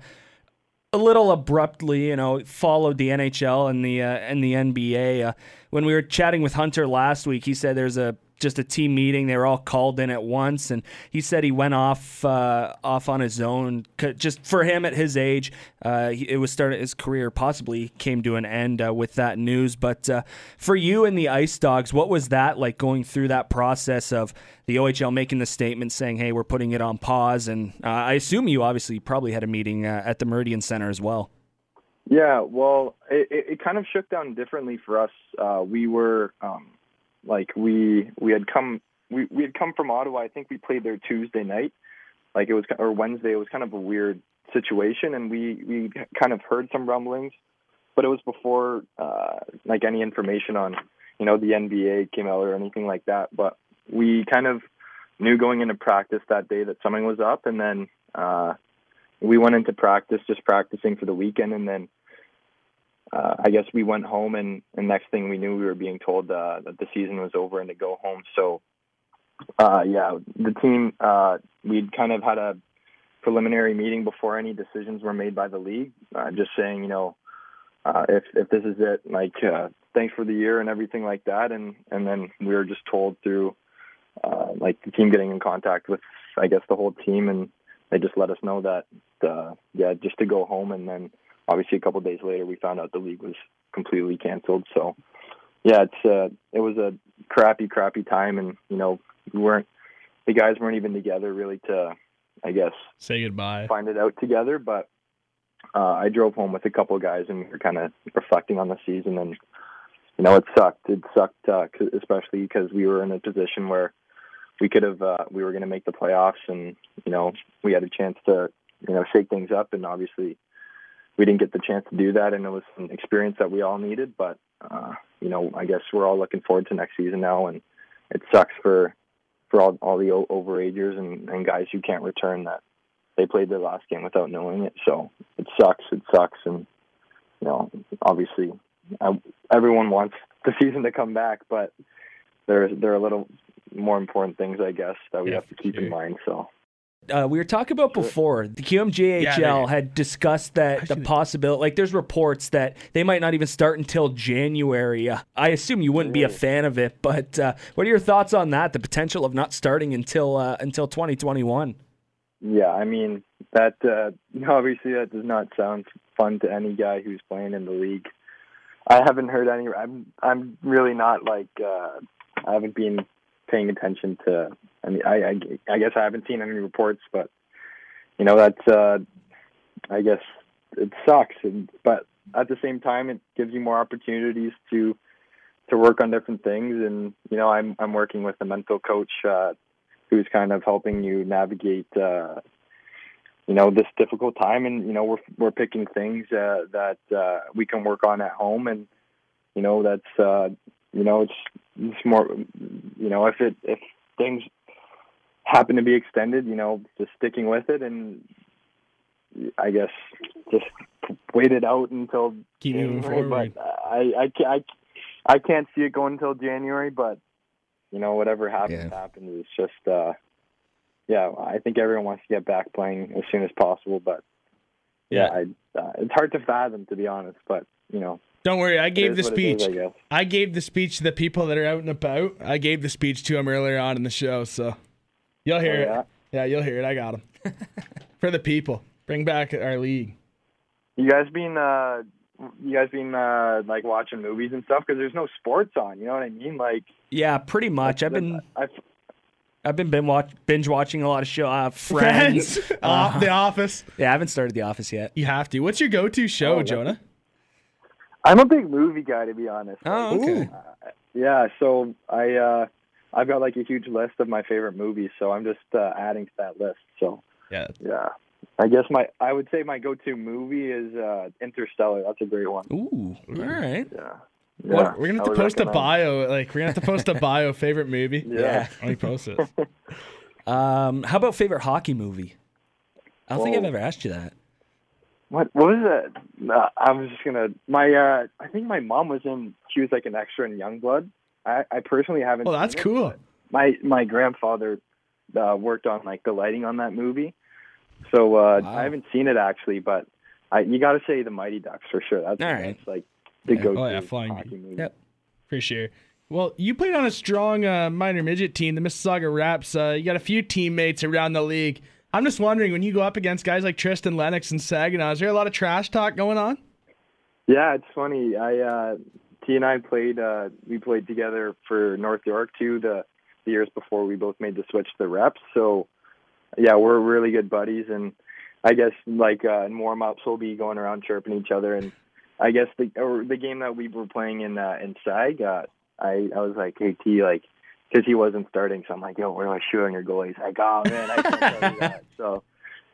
a little abruptly. You know, it followed the NHL and the uh, and the NBA. Uh, when we were chatting with Hunter last week, he said there's a just a team meeting. They were all called in at once, and he said he went off uh, off on his own. C- Just for him at his age, uh, he- it was starting his career possibly came to an end uh, with that news. But uh, for you and the Ice Dogs, what was that like going through that process of the OHL making the statement saying, "Hey, we're putting it on pause"? And uh, I assume you obviously probably had a meeting uh, at the Meridian Center as well.
Yeah, well, it, it, it kind of shook down differently for us. Uh, we were um, like we we had come we, we had come from Ottawa. I think we played there Tuesday night, like it was or Wednesday. It was kind of a weird situation, and we we kind of heard some rumblings, but it was before uh, like any information on you know the NBA came out or anything like that. But we kind of knew going into practice that day that something was up, and then. Uh, we went into practice just practicing for the weekend and then uh, I guess we went home and, and next thing we knew we were being told uh, that the season was over and to go home. So uh, yeah, the team uh, we'd kind of had a preliminary meeting before any decisions were made by the league, uh, just saying you know uh, if if this is it, like uh, thanks for the year and everything like that, and and then we were just told through uh, like the team getting in contact with I guess the whole team and they just let us know that uh, yeah just to go home and then obviously a couple of days later we found out the league was completely canceled so yeah it's uh it was a crappy crappy time and you know we weren't the guys weren't even together really to i guess
Say goodbye.
find it out together but uh i drove home with a couple of guys and we were kind of reflecting on the season and you know it sucked it sucked uh, 'cause- especially because we were in a position where we could have uh, we were going to make the playoffs and you know we had a chance to you know shake things up and obviously we didn't get the chance to do that and it was an experience that we all needed but uh, you know I guess we're all looking forward to next season now and it sucks for for all all the o- overagers and, and guys who can't return that they played their last game without knowing it so it sucks it sucks and you know obviously I, everyone wants the [laughs] season to come back but there there are a little more important things I guess that we
Yeah,
have to keep
sure.
in mind so.
uh, we were talking about before the QMJHL
Yeah, they-
had discussed that the possibility like there's reports that they might not even start until January. Uh, I assume you wouldn't be a fan of it, but uh, what are your thoughts on that? The potential of not starting until uh, until 2021.
Yeah, I mean that uh, [laughs] obviously that does not sound fun to any guy who's playing in the league. I haven't heard any. I'm I'm really not like uh, I haven't been paying attention to. I mean, I, I I guess I haven't seen any reports, but you know that's uh, I guess it sucks, and but at the same time it gives you more opportunities to to work on different things. And you know I'm I'm working with a mental coach uh, who's kind of helping you navigate uh you know this difficult time and you know we're we're picking things uh that uh we can work on at home and you know that's uh you know it's it's more you know if it if things happen to be extended you know just sticking with it and i guess just wait it out until
Keep moving
January,
forward.
but I I can't I, I can't see it going until January, but you know whatever happens
Yeah.
happens. It's just uh, yeah, I think everyone wants to get back playing as soon as possible, but yeah, I, uh, it's hard to fathom to be honest. But you know,
Don't worry, I
it
gave the
is what
speech.
it is, I guess.
I gave the speech to the people that are out and about. I gave the speech to them earlier on in the show, so you'll hear
Oh, yeah?
it. Yeah, you'll hear it. I got them
[laughs]
for the people. Bring back our league.
You guys been uh, you guys been uh, like watching movies and stuff because there's no sports on. You know what I mean? Like
Yeah, pretty much. I've been
I,
I've been binge, watch, binge watching a lot of show. [laughs] Uh, Friends.
[laughs] off
Uh-huh.
the office.
Yeah, I haven't started The Office yet.
You have to. What's your go-to show,
Oh, yeah.
Jonah?
I'm a big movie guy to be honest. Like,
Oh, okay.
Yeah, so I uh I've got like a huge list of my favorite movies, so I'm just uh, adding to that list. So
Yeah.
yeah. I guess my I would say my go to movie is uh Interstellar. That's a great one.
Ooh, all right.
Yeah,
What- we're gonna have
I
to
would
post a
recommend.
bio. Like we're gonna have to post a bio favorite movie.
[laughs] Yeah.
Yeah.
Let me post it.
Um, how about favorite hockey movie? I don't think I've
Whoa.
ever asked you that.
What what was that? No, I was just gonna my uh I think my mom was in she was like an extra in Youngblood. I, I personally haven't
Well, Oh,
[laughs]
that's
seen it,
cool.
my my grandfather uh, worked on like the lighting on that movie, so
Wow.
uh, I haven't seen it actually, but I, you got to say the Mighty Ducks for sure. That's,
All right.
that's like the
Yeah.
go-to
Oh, yeah, Flying
hockey
Bee.
movie.
Yep.
For sure. Well, you played on a strong uh, minor midget team, the Mississauga Raps. Uh, you got a few teammates around the league. I'm just wondering, when you go up against guys like Tristan Lennox and Saginaw, is there a lot of trash talk going on?
Yeah, it's funny. I uh, T and I played. Uh, we played together for North York too. The the years before we both made the switch to the reps. So yeah, we're really good buddies. And I guess like uh, in warm ups, we'll be going around chirping each other. And I guess the or the game that we were playing in uh, in Sag, uh, I I was like, hey T, like. Because he wasn't starting, so I'm like, "Yo, where do I shoot on your goal?" He's like, "Oh man, I can't tell you that." So,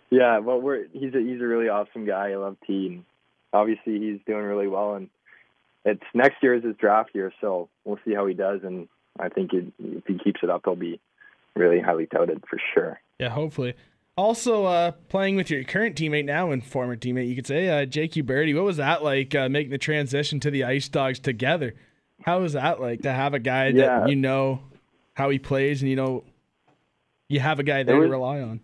yeah, but we're—he's a—he's a really awesome guy. I love T, and obviously he's doing really well and it's next year is his draft year so we'll see how he does and i think it, if he keeps it up he'll be really highly touted for sure
Yeah, hopefully. Also, uh, playing with your current teammate now and former teammate, you could say, uh, J.Q. Birdie, what was that like uh, making the transition to the Ice Dogs together? How was that like to have a guy
Yeah.
that you know how he plays and you know you have a guy there
was-
to rely on?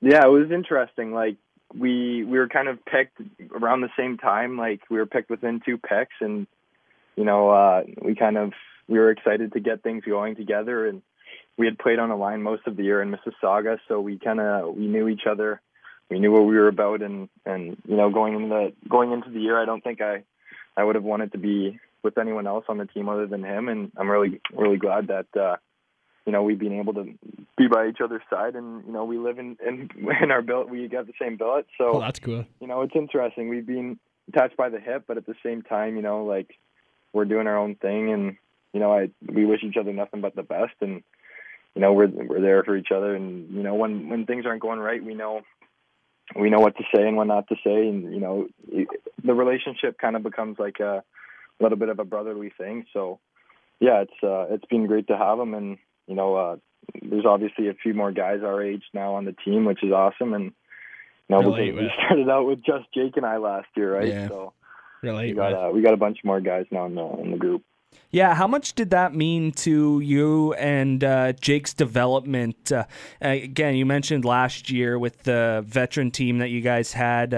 yeah it was interesting like we we were kind of picked around the same time like we were picked within two picks and you know uh we kind of we were excited to get things going together and we had played on a line most of the year in mississauga so we kind of we knew each other we knew what we were about and and you know going into the going into the year i don't think i i would have wanted to be with anyone else on the team other than him and i'm really really glad that uh you know we've been able to be by each other's side and you know we live in in, [laughs] in our billet we got the same billet so
Oh, that's cool.
you know, it's interesting. We've been touched by the hip, but at the same time, you know, like we're doing our own thing, and you know, I we wish each other nothing but the best, and you know, we're we're there for each other, and you know, when when things aren't going right, we know we know what to say and what not to say, and you know, it, the relationship kind of becomes like a little bit of a brotherly thing. So, yeah, it's uh, it's been great to have him, and you know, uh, there's obviously a few more guys our age now on the team, which is awesome, and. No,
Relate
because we
with.
started out with just Jake and I last year, right?
Yeah.
So
Relate.
we got
with.
uh, we got a bunch more guys now in the in the group.
Yeah, how much did that mean to you and uh, Jake's development? Uh, again, you mentioned last year with the veteran team that you guys had.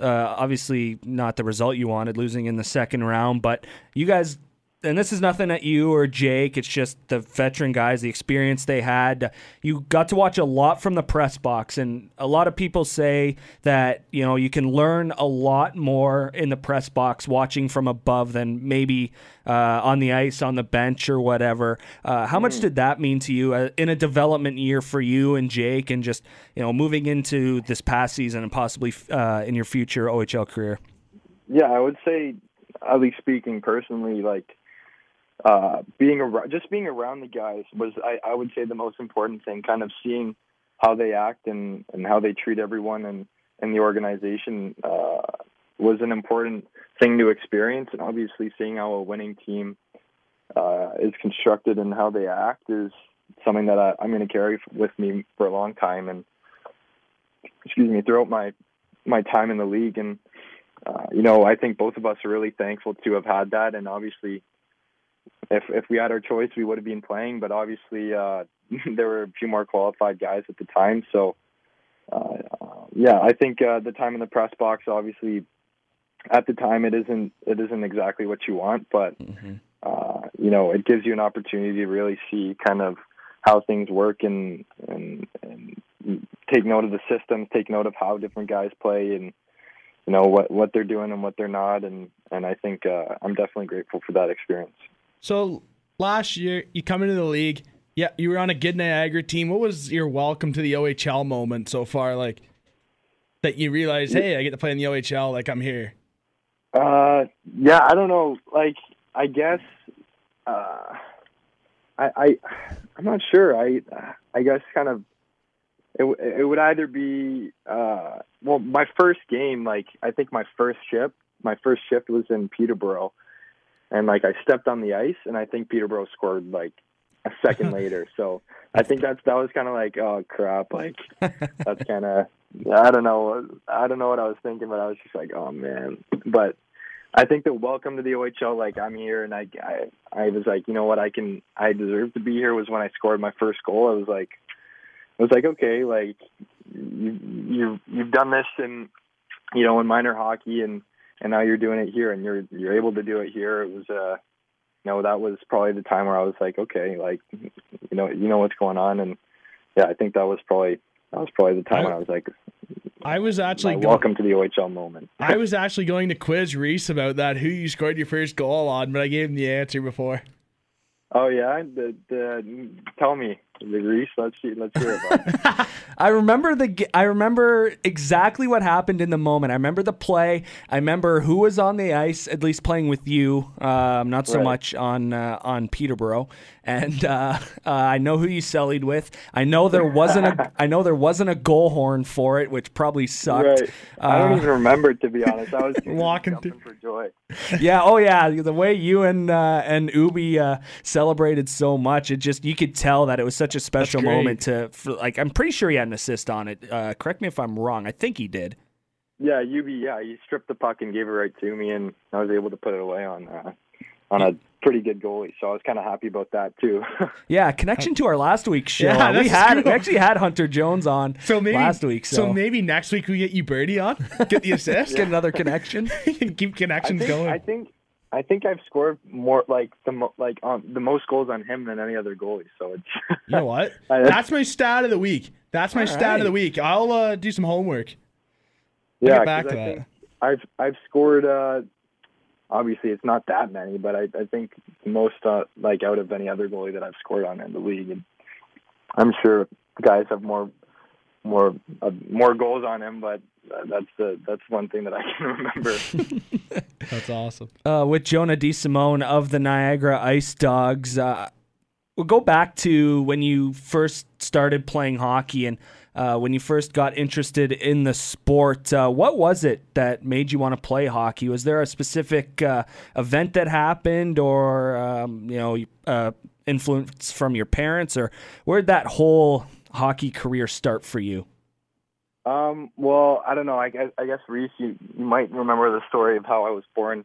Uh, obviously, not the result you wanted, losing in the second round, but you guys and this is nothing at you or Jake. It's just the veteran guys, the experience they had. You got to watch a lot from the press box, and a lot of people say that you know you can learn a lot more in the press box watching from above than maybe uh, on the ice, on the bench, or whatever. Uh, how much did that mean to you uh, in a development year for you and Jake, and just you know moving into this past season and possibly uh, in your future OHL career?
Yeah, I would say, at least speaking personally, like uh, being around, just being around the guys was, I, I would say, the most important thing. Kind of seeing how they act and and how they treat everyone and and the organization uh, was an important thing to experience. And obviously, seeing how a winning team uh, is constructed and how they act is something that I, I'm going to carry with me for a long time. And excuse me, throughout my my time in the league and. Uh, you know, I think both of us are really thankful to have had that. And obviously, if if we had our choice, we would have been playing. But obviously, uh, [laughs] there were a few more qualified guys at the time. So, uh, yeah, I think uh, the time in the press box, obviously, at the time, it isn't it isn't exactly what you want, but uh, you know, it gives you an opportunity to really see kind of how things work and and, and take note of the systems, take note of how different guys play and you know what what they're doing and what they're not and and I think uh, I'm definitely grateful for that experience.
So last year, you come into the league. Yeah, you were on a good Niagara team. What was your welcome to the OHL moment so far? Like that you realize, hey, I get to play in the OHL. Like I'm here.
Uh, yeah, I don't know. Like, I guess, uh, I, I, I'm not sure. I, I guess kind of, it, w- it would either be, uh, well, my first game, like, I think my first shift, my first shift was in Peterborough. And, like, I stepped on the ice, and I think Peterborough scored, like, a second later. So I think that's, that was kind of like, oh, crap. Like, that's kind of, I don't know. I don't know what I was thinking, but I was just like, oh, man. But, I think the welcome to the OHL, like I'm here, and I, I, I was like, you know what, I can, I deserve to be here. Was when I scored my first goal. I was like, I was like, okay, like you, you, you've done this, in you know, in minor hockey, and and now you're doing it here, and you're you're able to do it here. It was, uh, you know, that was probably the time where I was like, okay, like, you know, you know what's going on, and yeah, I think that was probably that was probably the time when I was like,
I was actually
my
going,
welcome to the OHL moment.
I was actually going to quiz Reese about that. Who you scored your first goal on? But I gave him the answer before.
Oh yeah, the, the tell me, the Reese. Let's see, let's hear about. it.
I remember the g- I remember exactly what happened in the moment. I remember the play. I remember who was on the ice, at least playing with you, um, not so
Right.
much on uh, on Peterborough. And uh, uh, I know who you sellied with. I know there wasn't
[laughs]
a I know there wasn't a goal horn for it, which probably sucked.
right. I
Uh,
don't even remember it to be honest. I was
Walking
walking jumping for joy.
yeah, oh yeah, the way you and uh, and Ubi uh, celebrated so much, it just you could tell that it was such a special
great.
moment to for, like. I'm pretty sure he had an assist on it. Uh, correct me if I'm wrong. I think he did.
Yeah, UB. Yeah, he stripped the puck and gave it right to me, and I was able to put it away on uh, on a pretty good goalie. So I was kind of happy about that too. [laughs]
Yeah, connection to our last week's show.
[laughs] Yeah,
we
that's
had we
true.
actually had Hunter Jones on
So maybe
last week, so,
maybe next week we get you
[laughs]
birdie on, get the assist,
get another
[laughs]
connection.
and keep
I
connections
think,
going.
I think I think I've scored more like the mo- like um, the most goals on him than any other goalie. So it's
you know what?
[laughs] I-
That's my stat of the week. That's my stat of the week. I'll uh, do some homework.
yeah.
get back
'cause
to
I
that.
think I've I've scored. Uh, obviously, it's not that many, but I, I think the most uh, like out of any other goalie that I've scored on in the league, and I'm sure guys have more more uh, more goals on him, but. uh, That's the that's one thing that I [laughs] can
[laughs]
remember.
That's awesome.
uh, with Jonah D. Simone of the Niagara Ice Dogs. Uh, we'll go back to when you first started playing hockey and uh, when you first got interested in the sport. Uh, what was it that made you want to play hockey? Was there a specific uh, event that happened, or um, you know, uh, influence from your parents, or where did that whole hockey career start for you?
Um, well, I don't know. I guess, I guess Reese, you, you might remember the story of how I was born.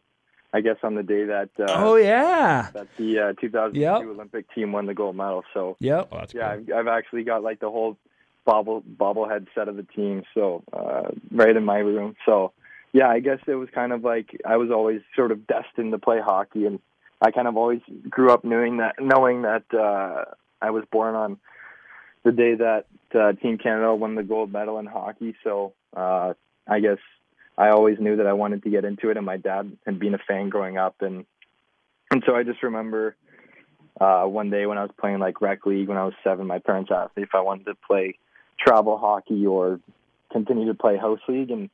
I guess on the day that uh,
oh yeah,
that the uh, 2002
Yep.
Olympic team won the gold medal. So
yep.
Oh, that's
yeah, I've, I've actually got like the whole bobble bobblehead set of the team. So uh, right in my room. So yeah, I guess it was kind of like I was always sort of destined to play hockey, and I kind of always grew up knowing that knowing that uh, I was born on the day that uh, Team Canada won the gold medal in hockey. So uh, I guess I always knew that I wanted to get into it, and my dad had been a fan growing up, and and so I just remember uh, one day when I was playing like rec league when I was seven, my parents asked me if I wanted to play travel hockey or continue to play house league, and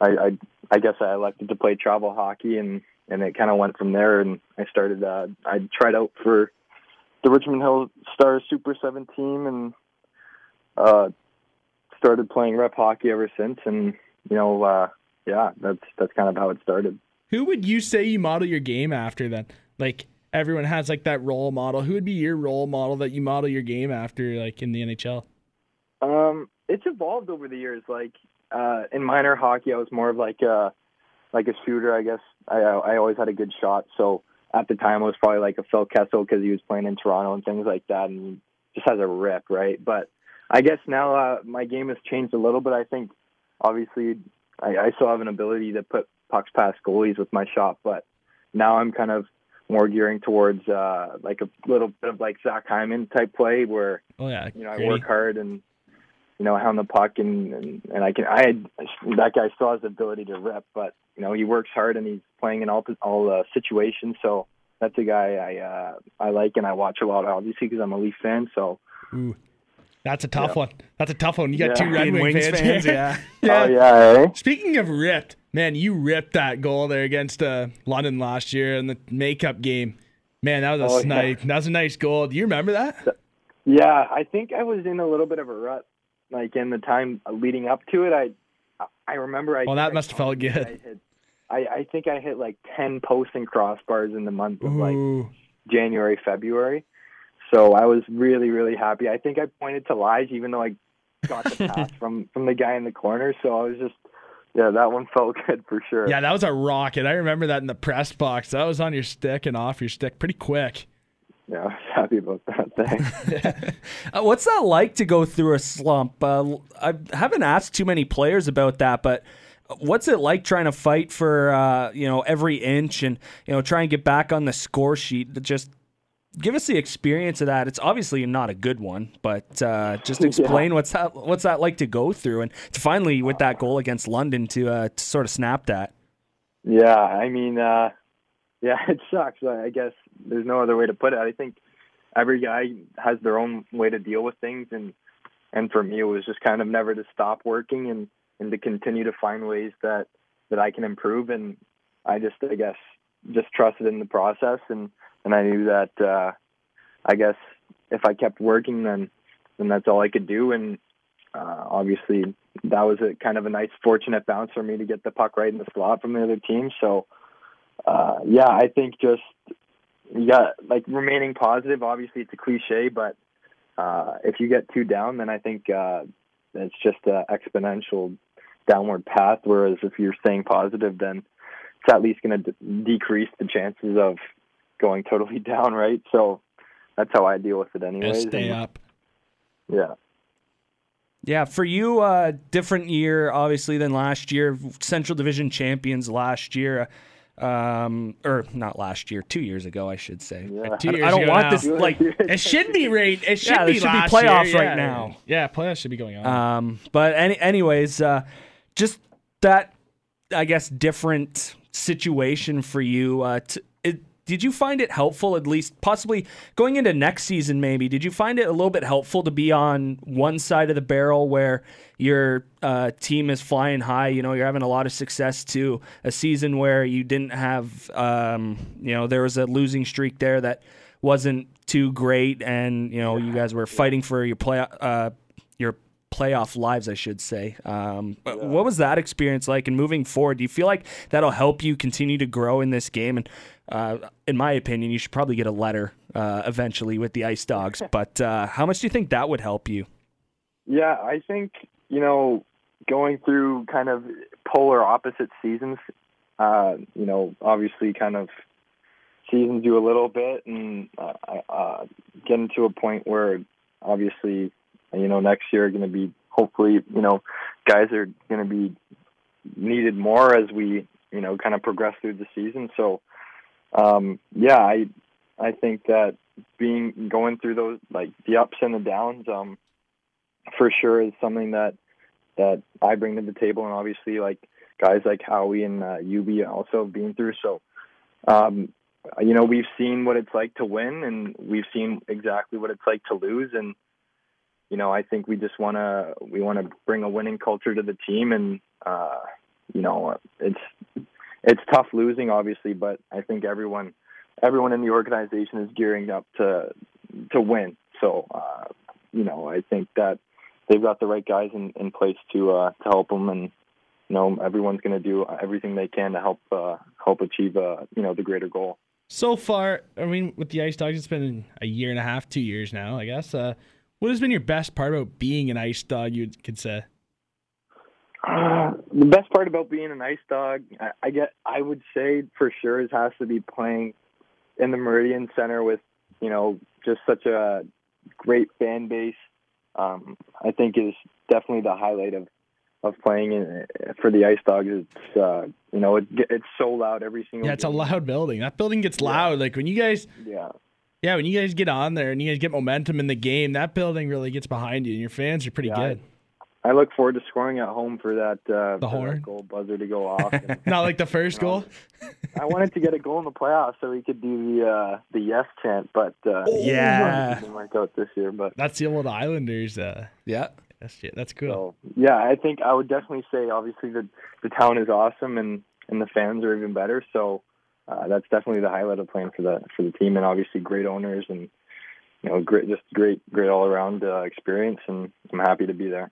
I I, I guess I elected to play travel hockey, and and it kind of went from there. And I started uh, I tried out for the Richmond Hill Stars Super Seven team, and uh, started playing rep hockey ever since. And you know, uh, yeah, that's that's kind of how it started.
Who would you say you model your game after then? Like everyone has like that role model. Who would be your role model that you model your game after like in the NHL?
Um, it's evolved over the years. Like uh, in minor hockey, I was more of like a like a shooter. I guess I I always had a good shot. So at the time, I was probably like a Phil Kessel because he was playing in Toronto and things like that, and he just has a rip, right? But I guess now uh, my game has changed a little bit. I think obviously I, I still have an ability to put pucks past goalies with my shot, but now I'm kind of more gearing towards uh, like a little bit of like Zach Hyman type play where
Oh yeah,
you know, I
Grady.
work hard and you know, hound the puck and and, and I can. I had that guy still has the ability to rep, but you know, he works hard and he's playing in all all uh, situations. So that's a guy I uh, I like and I watch a lot, obviously, because I'm a Leaf fan. So
Ooh. That's a tough one. That's a tough one. You got
Yeah.
two Red
Being
Wing
Wings fans,
fans. [laughs] yeah.
oh yeah, eh?
Speaking of ripped, man, you ripped that goal there against uh, London last year in the makeup game. Man, that was a
Oh, yeah.
nice, that was a nice goal. Do you remember that?
yeah. I think I was in a little bit of a rut, like in the time leading up to it. I I remember I.
Well, that must have felt
I
good.
hit, I, I think I hit like ten posts and crossbars in the month of like
Ooh,
January, February. So I was really, really happy. I think I pointed to Lige even though I got the pass from from the guy in the corner. So I was just, yeah, that one felt [laughs] good for sure.
yeah, that was a rocket. I remember that in the press box. That was on your stick and off your stick pretty quick.
yeah I was happy about that. [laughs] Thanks.
Uh, what's that like to go through a slump? Uh, I haven't asked too many players about that, but what's it like trying to fight for uh, you know every inch and you know try and get back on the score sheet? Just give us the experience of that. It's obviously not a good one, but uh, just explain what's that what's that like to go through and to finally with that goal against London to, uh, to sort of snap that.
yeah, I mean, uh, yeah, [laughs] it sucks. I I guess there's no other way to put it. I think every guy has their own way to deal with things, and and for me, it was just kind of never to stop working and and to continue to find ways that that I can improve. And I just, I guess, just trusted in the process, and and I knew that, uh, I guess, if I kept working, then then that's all I could do. And uh, obviously, that was a kind of a nice, fortunate bounce for me to get the puck right in the slot from the other team. So, uh, yeah, I think just yeah, like remaining positive. Obviously, it's a cliche, but uh, if you get too down, then I think uh, it's just an exponential downward path. Whereas if you're staying positive, then it's at least going to d- decrease the chances of going totally [laughs] down, right? So that's how I deal with it,
Just
anyways.
stay
And,
up.
Yeah.
Yeah, for you, uh, different year obviously than last year. Central Division champions last year, um, or not last year, two years ago, I should say.
Yeah.
Two
I-
years
I don't
ago
want
now.
this like.
[laughs] It should be rate. It should
Yeah, there
be
should be
last
playoffs
year,
right
yeah.
now.
Yeah, playoffs should be going on.
Um, but any, anyways, uh, just that I guess different situation for you. Uh, t- it, did you find it helpful, at least possibly going into next season? Maybe did you find it a little bit helpful to be on one side of the barrel where your uh, team is flying high? You know, you're having a lot of success to a season where you didn't have, um, you know, there was a losing streak there that wasn't too great, and you know, you guys were fighting for your play, uh, your playoff lives, I should say. Um, but What was that experience like? And moving forward, do you feel like that'll help you continue to grow in this game? And uh, in my opinion, you should probably get a letter uh, eventually with the Ice Dogs. but uh, how much do you think that would help you?
Yeah, I think you know going through kind of polar opposite seasons. Uh, you know, obviously, kind of seasons do a little bit, and uh, I- uh, getting to a point where obviously, you know, next year going to be hopefully, you know, guys are going to be needed more as we, you know, kind of progress through the season. So um, yeah, I I think that being going through those like the ups and the downs, um, for sure is something that that I bring to the table, and obviously like guys like Howie and uh, Yubi also have been through. So, um, you know, we've seen what it's like to win, and we've seen exactly what it's like to lose, and you know, I think we just want to we want to bring a winning culture to the team, and uh, you know, it's it's tough losing, obviously, but I think everyone everyone in the organization is gearing up to to win. So, uh, you know, I think that they've got the right guys in, in place to uh, to help them, and you know, everyone's going to do everything they can to help uh, help achieve uh, you know the greater goal.
So far, I mean, with the Ice Dogs, it's been a year and a half, two years now, I guess. Uh, what has been your best part about being an Ice Dog? You could say.
Uh, [sighs] the best part about being an ice dog, I, I get, I would say for sure, is has to be playing in the Meridian Center with, you know, just such a great fan base. Um, I think is definitely the highlight of of playing in, for the Ice Dogs. It's uh, you know, it, it's so loud every single.
Yeah, it's a
game.
loud building. That building gets loud. Like when you guys,
Yeah,
yeah, when you guys get on there and you guys get momentum in the game, that building really gets behind you, and your fans are pretty
Yeah,
good.
I look forward to scoring at home for that uh, for
horn?
that goal buzzer to go off. And
Not like the [laughs] first goal.
I wanted to get a goal in the playoffs so we could do the uh, the yes chant, but uh,
Yeah.
it didn't work out this year. But
That's the old Islanders. Uh,
Yeah.
that's that's cool.
So yeah, I think I would definitely say obviously the the town is awesome and and the fans are even better. So uh, that's definitely the highlight of playing for the for the team and obviously great owners and you know great just great great all around uh, experience and I'm happy to be there.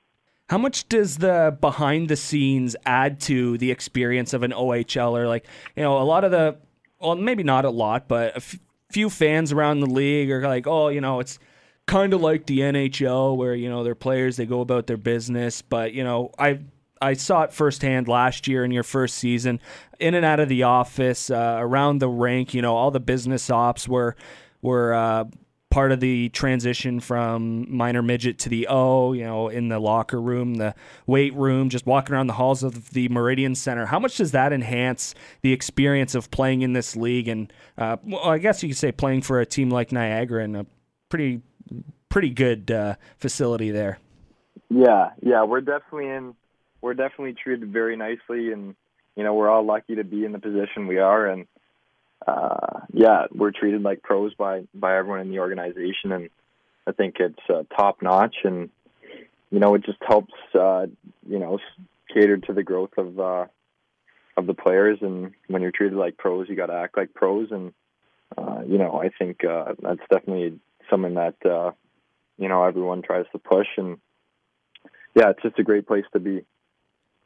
How much does the behind the scenes add to the experience of an OHL or like, you know, a lot of the, well, maybe not a lot, but a f- few fans around the league are like, oh, you know, it's kind of like the NHL where, you know, their players, they go about their business. But, you know, I, I saw it firsthand last year in your first season, in and out of the office, uh, around the rink, you know, all the business ops were, were, uh, part of the transition from minor midget to the O, you know, in the locker room, the weight room, just walking around the halls of the Meridian Center. How much does that enhance the experience of playing in this league? And uh, well, I guess you could say playing for a team like Niagara in a pretty, pretty good uh, facility there.
Yeah, yeah, we're definitely in. We're definitely treated very nicely, and you know we're all lucky to be in the position we are, and uh, yeah, we're treated like pros by by everyone in the organization, and I think it's uh, top notch, and you know it just helps uh, you know s- cater to the growth of uh, of the players, and when you're treated like pros, you got to act like pros, and uh, you know I think uh, that's definitely something that uh, you know everyone tries to push and yeah, it's just a great place to be.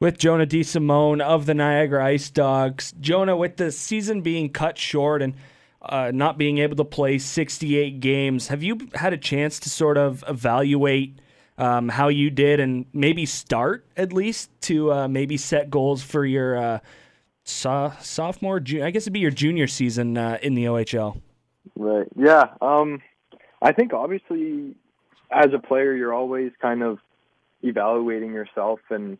with Jonah D. Simone of the Niagara Ice Dogs. Jonah, with the season being cut short and uh, not being able to play 68 games, have you had a chance to sort of evaluate um, how you did and maybe start at least to uh, maybe set goals for your uh, so- sophomore, ju- I guess it'd be your junior season uh, in the OHL?
Right. Yeah. Um, I think obviously, as a player, you're always kind of evaluating yourself and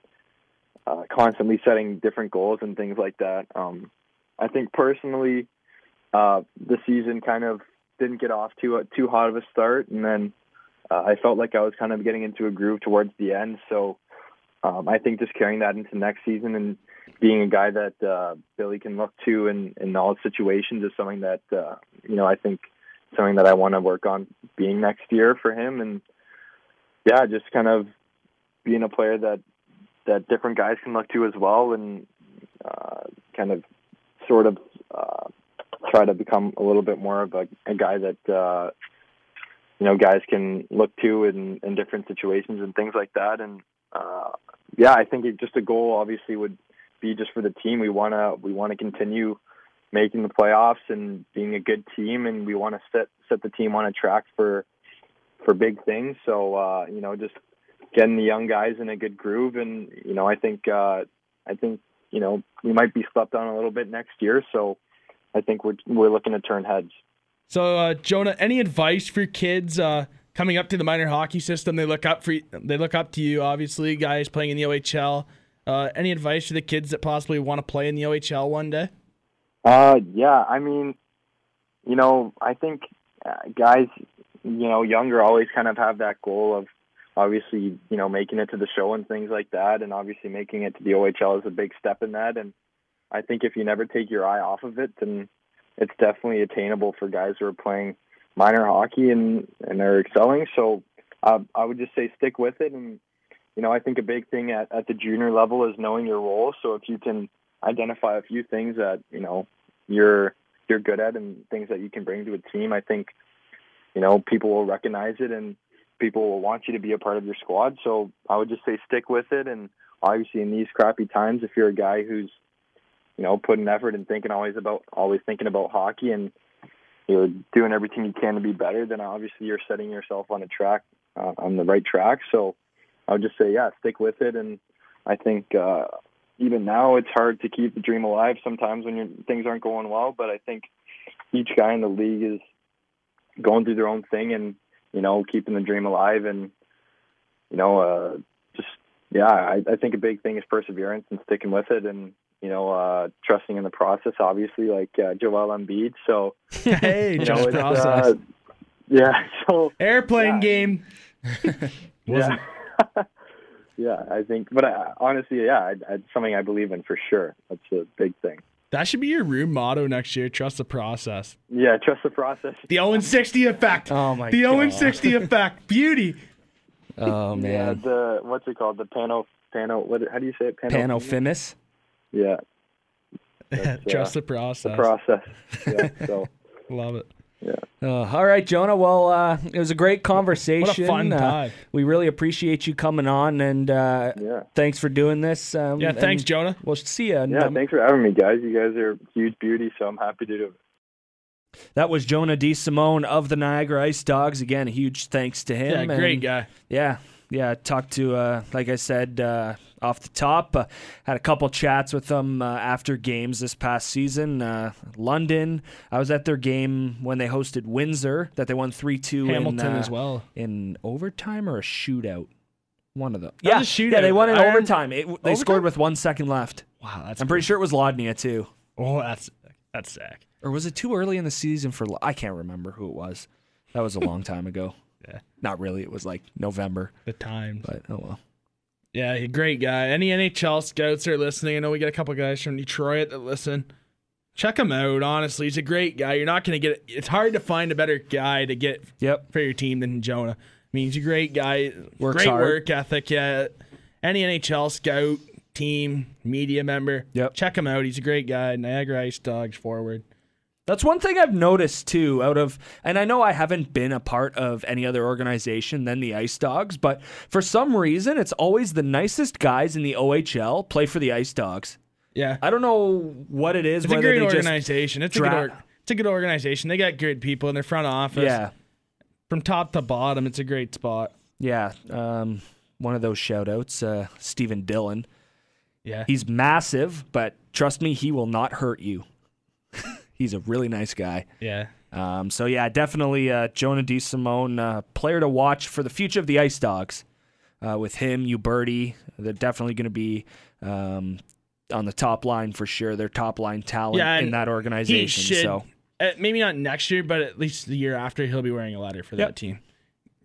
uh, constantly setting different goals and things like that. Um, I think personally, uh, the season kind of didn't get off too too hot of a start, and then uh, I felt like I was kind of getting into a groove towards the end. So um, I think just carrying that into next season and being a guy that uh, Billy can look to in, in all situations is something that uh, you know I think something that I want to work on being next year for him and yeah just kind of being a player that that different guys can look to as well and uh, kind of sort of uh, try to become a little bit more of a, a guy that uh, you know guys can look to in, in different situations and things like that and uh, yeah I think it, just a goal obviously would be just for the team we want to we want to continue making the playoffs and being a good team and we want to set set the team on a track for for big things so uh you know just getting the young guys in a good groove and you know I think uh I think you know we might be slept on a little bit next year so I think we're we're looking to turn heads
So, uh, Jonah, any advice for kids uh, coming up to the minor hockey system? They look up for you, they look up to you, obviously, guys playing in the OHL. Uh,
[laughs]
any advice for the kids that possibly want to play in the OHL one day?
Uh, yeah. I mean, you know, I think uh, guys, you know, younger always kind of have that goal of obviously, you know, making it to the show and things like that, and obviously making it to the OHL is a big step in that. And I think if you never take your eye off of it, then it's definitely attainable for guys who are playing minor hockey and and they're excelling. So uh, I would just say stick with it, and you know, I think a big thing at, at the junior level is knowing your role. So if you can identify a few things that you know you're you're good at and things that you can bring to a team, I think you know people will recognize it and people will want you to be a part of your squad. So I would just say stick with it. And obviously, in these crappy times, if you're a guy who's you know putting effort and thinking always about always thinking about hockey and you're doing everything you can to be better, then obviously you're setting yourself on a track uh, on the right track. So I would just say, yeah, stick with it. And I think uh, even now it's hard to keep the dream alive sometimes when your things aren't going well. But I think each guy in the league is going through their own thing and you know keeping the dream alive and you know uh, just yeah, I, I think a big thing is perseverance and sticking with it and. You know, uh, trusting in the process, obviously, like uh, Joel Embiid. So,
hey, [laughs]
you know,
just
it's,
process.
uh, yeah. [laughs] So,
Airplane
yeah.
game.
yeah. [laughs] yeah, I think, but I, honestly, yeah, I, I, it's something I believe in for sure. That's a big thing.
That should be your room motto next year. Trust the process.
Yeah, trust the process.
The 0 60 effect.
Oh my
The 0
God. [laughs]
60 effect. Beauty.
Oh
Yeah,
man,
the what's it called? The pano pano. What? How do you say it? Pano.
Panophimus.
Yeah, uh,
Trust the process.
process. Yeah. So
Love it.
Uh, all right, Jonah. Well, uh, it was a great conversation.
fun
Uh,
time.
we really appreciate you coming on, and uh,
yeah,
thanks for doing this. Um,
Yeah, thanks,
and
Jonah.
We'll see Um, you.
yeah. Thanks for having me, guys. You guys are huge beauty, so I'm happy to do it.
That was Jonah D. Simone of the Niagara Ice Dogs. Again, a huge thanks to
Yeah,
him.
great
and-
guy.
Yeah, yeah. Talked to, uh, like I said, uh, off the top. Uh, had a couple chats with them uh, after games this past season. Uh, London. I was at their game when they hosted Windsor that they won three two.
Hamilton
in, uh,
as well.
in overtime or a shootout. One of them.
That
Yeah,
was a shootout.
yeah. They won in
Iron-
overtime. It, they
Overtime?
scored with one second left.
Wow, that's
I'm pretty sure it was Laudnia too.
Oh, that's that's sick.
Or was it too early in the season for? Lo- I can't remember who it was. That was a long time ago.
[laughs] Yeah.
Not really. It was like November,
The times.
but oh well.
Yeah, a great guy. Any NHL scouts are listening? I know we got a couple guys from Detroit that listen. Check him out. Honestly, he's a great guy. You're not gonna get. It's hard to find a better guy to get
Yep.
for your team than Jonah. I mean, he's a great guy.
Works
great
hard.
work ethic. Yeah. Any NHL scout, team, media member.
Yep.
Check him out. He's a great guy. Niagara Ice Dogs forward.
That's one thing I've noticed too out of and I know I haven't been a part of any other organization than the Ice Dogs, but for some reason it's always the nicest guys in the OHL play for the Ice Dogs.
Yeah.
I don't know what it is
It's a
whether
great
they
organization. It's a good.
dra-
Org- it's a good organization. They got good people in their front office.
just Yeah.
From top to bottom, it's a great spot.
Yeah. Um one of those shout outs, uh Stephen Dillon.
Yeah.
He's massive, but trust me, he will not hurt you. [laughs] He's a really nice guy.
Yeah.
Um, so yeah, definitely uh, Jonah D. Simone, uh, player to watch for the future of the Ice Dogs. Uh, with him, Uberti, they're definitely going to be um, on the top line for sure. Their top line talent
Yeah,
in
and
that
He
organization.
should.
So
uh, maybe not next year, but at least the year after, he'll be wearing a letter for
Yep.
that team.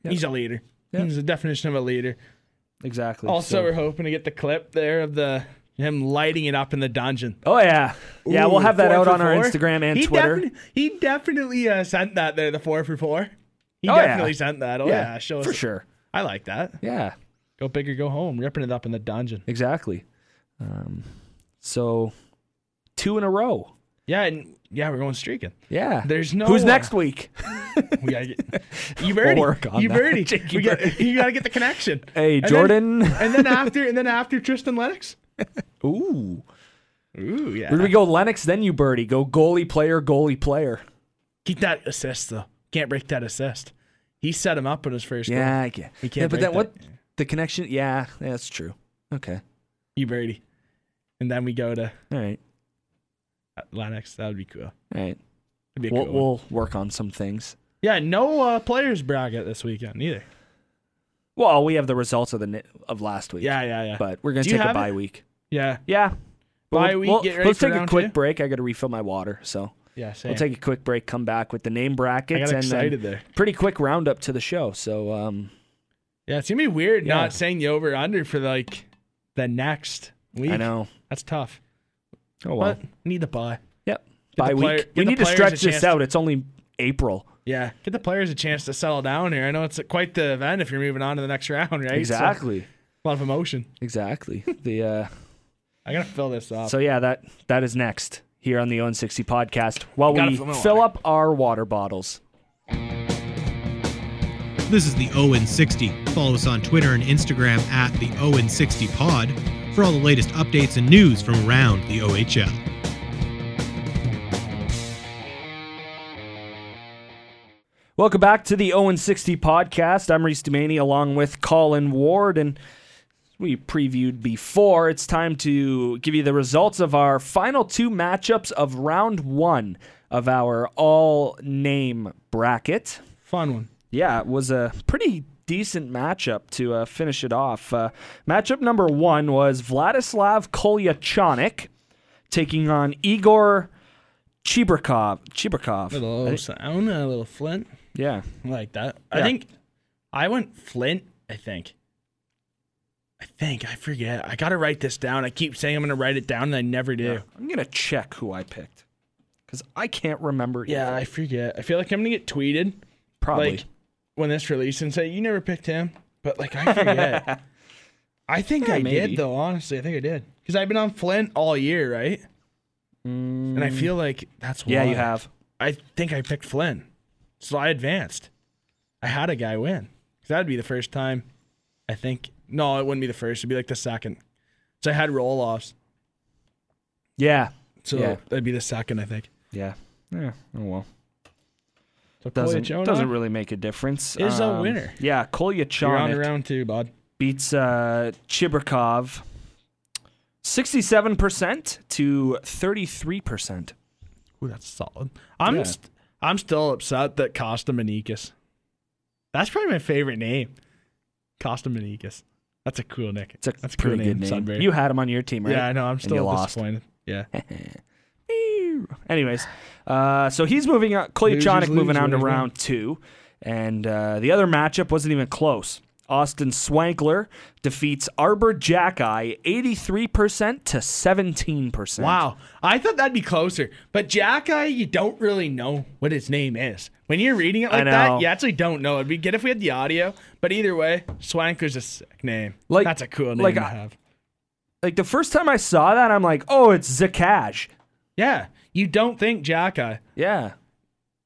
Yep.
He's a leader.
Yep.
He's the definition of a leader.
exactly.
Also,
so-
we're hoping to get the clip there of the him lighting it up in the dungeon.
oh yeah, yeah, we'll
Ooh,
have that
four
out
for
on our
four.
Instagram and
he
Twitter.
defini- he definitely uh, sent that there. The four for four. He
Oh, yeah.
definitely sent that. Oh yeah, show us.
for sure.
I like that.
Yeah,
Go big or go home. Ripping it up in the dungeon.
exactly. Um, so two in a row.
Yeah, and yeah, we're going streaking.
Yeah.
There's no
Who's
uh,
next
[laughs]
week?
We gotta
[laughs]
get you Birdie.
work on
you
that.
Birdie.
[laughs] Jake,
We
you
got- you gotta get the connection.
[laughs] Hey,
And then-
Jordan.
[laughs] and then after and then after Tristan Lennox.
[laughs] Ooh.
Ooh, yeah.
Where do we go? Lennox, then you birdie. Go goalie player, goalie player.
Keep that assist though. Can't break that assist. He set him up in his first goal.
Yeah, I get.
He
yeah,
can't
but
break
then what? The connection. Yeah, yeah, that's true. Okay.
You birdie. And then we go to
All right.
Lennox. That would be cool.
All right.
That'd be a
We'll,
cool one.
we'll work on some things.
yeah, no uh, players bracket this weekend either.
Well, we have the results of the ni- of last week.
Yeah, yeah, yeah.
But we're gonna
Do you
take a
have it?
bye week.
Yeah.
Yeah. But
Bye
we'll-
week,
we'll-
get ready
let's
for
take a
round
quick
two.
break. I got to refill my water. So
Yeah, same.
We'll take a quick break, come back with the name
I
brackets,
got
and then
excited there.
pretty quick roundup to the show. So, um,
Yeah, it's gonna be weird
Yeah.
not saying the over under for like the next week.
I know.
that's tough.
Oh well.
But need the buy.
Yep.
Get
Bye
the player-
week.
get
We
the
need to
players
stretch
a
this
chance-
out. It's only April.
Yeah, get the players a chance to settle down here. I know it's quite the event if you're moving on to the next [laughs] round, right? So,
Exactly.
a lot of emotion. [laughs]
Exactly. the uh,
I gotta fill this up.
so yeah, that that is next here on the Own Sixty podcast. While
Gotta
we
fill my
fill
water.
up our water bottles.
This is the Owen 60. Follow us on Twitter and Instagram at the Owen 60 Pod for all the latest updates and news from around the OHL.
Welcome back to the Owen 60 podcast. I'm Reese Dumaney along with Colin Ward. And as we previewed before, it's time to give you the results of our final two matchups of round one of our all name bracket.
Fun one.
Yeah, it was a pretty decent matchup to uh, finish it off. Uh, matchup number one was Vladislav Kolyachonik taking on Igor Chibrikov. Chibrikov.
Little sound, a little Flint.
Yeah.
I like that. I
Yeah.
think I went Flint, I think. I think. I forget. I gotta write this down. I keep saying I'm gonna write it down and I never do.
I'm gonna check who I picked because I can't remember.
Yeah,
either.
I forget. I feel like I'm gonna get tweeted
probably.
like when this release and say you never picked him, but like
[laughs]
I forget. I think I
maybe.
did though. Honestly, I think I did because I've been on Flint all year, right? And I feel like that's why.
yeah, you have.
I think I picked Flynn, so I advanced. I had a guy win 'Cause that'd be the first time. I think no, it wouldn't be the first. It'd be like the second. So I had roll offs,
Yeah,
so
Yeah.
that'd be the second. I think.
yeah, yeah. Oh well,
So
doesn't
Kolyachona,
doesn't really make a difference. Um,
Is a winner.
Yeah,
You're on to
Kolyachonik
round two, bud.
beats uh, Chibrikov sixty-seven percent to thirty-three percent.
Ooh, that's solid. I'm
Yeah.
st- I'm still upset that Costa Manicus. That's probably my favorite name. Costa Manicus. That's a cool nick.
It's a
That's
pretty good name.
Sudbury.
You had him on your team, right?
Yeah, I know. I'm
And
still
you lost.
disappointed.
[laughs]
Yeah.
Anyways, uh, so he's moving on. Klyachonik
Losers lose,
moving on to
winners win.
round two, and uh, the other matchup wasn't even close. Austin Swankler defeats Arbor Jackeye eighty-three percent to seventeen percent.
Wow. I thought that'd be closer. But Jackeye, you don't really know what his name is. When you're reading it
I
like that,
know.
you actually don't know. It'd be good if we had the audio. But either way, Swanker's a sick name.
Like-
That's a cool name
like,
to
I-
have.
Like the first time I saw that, I'm like, oh, it's Zakash.
Yeah. You don't think Jackeye.
Yeah,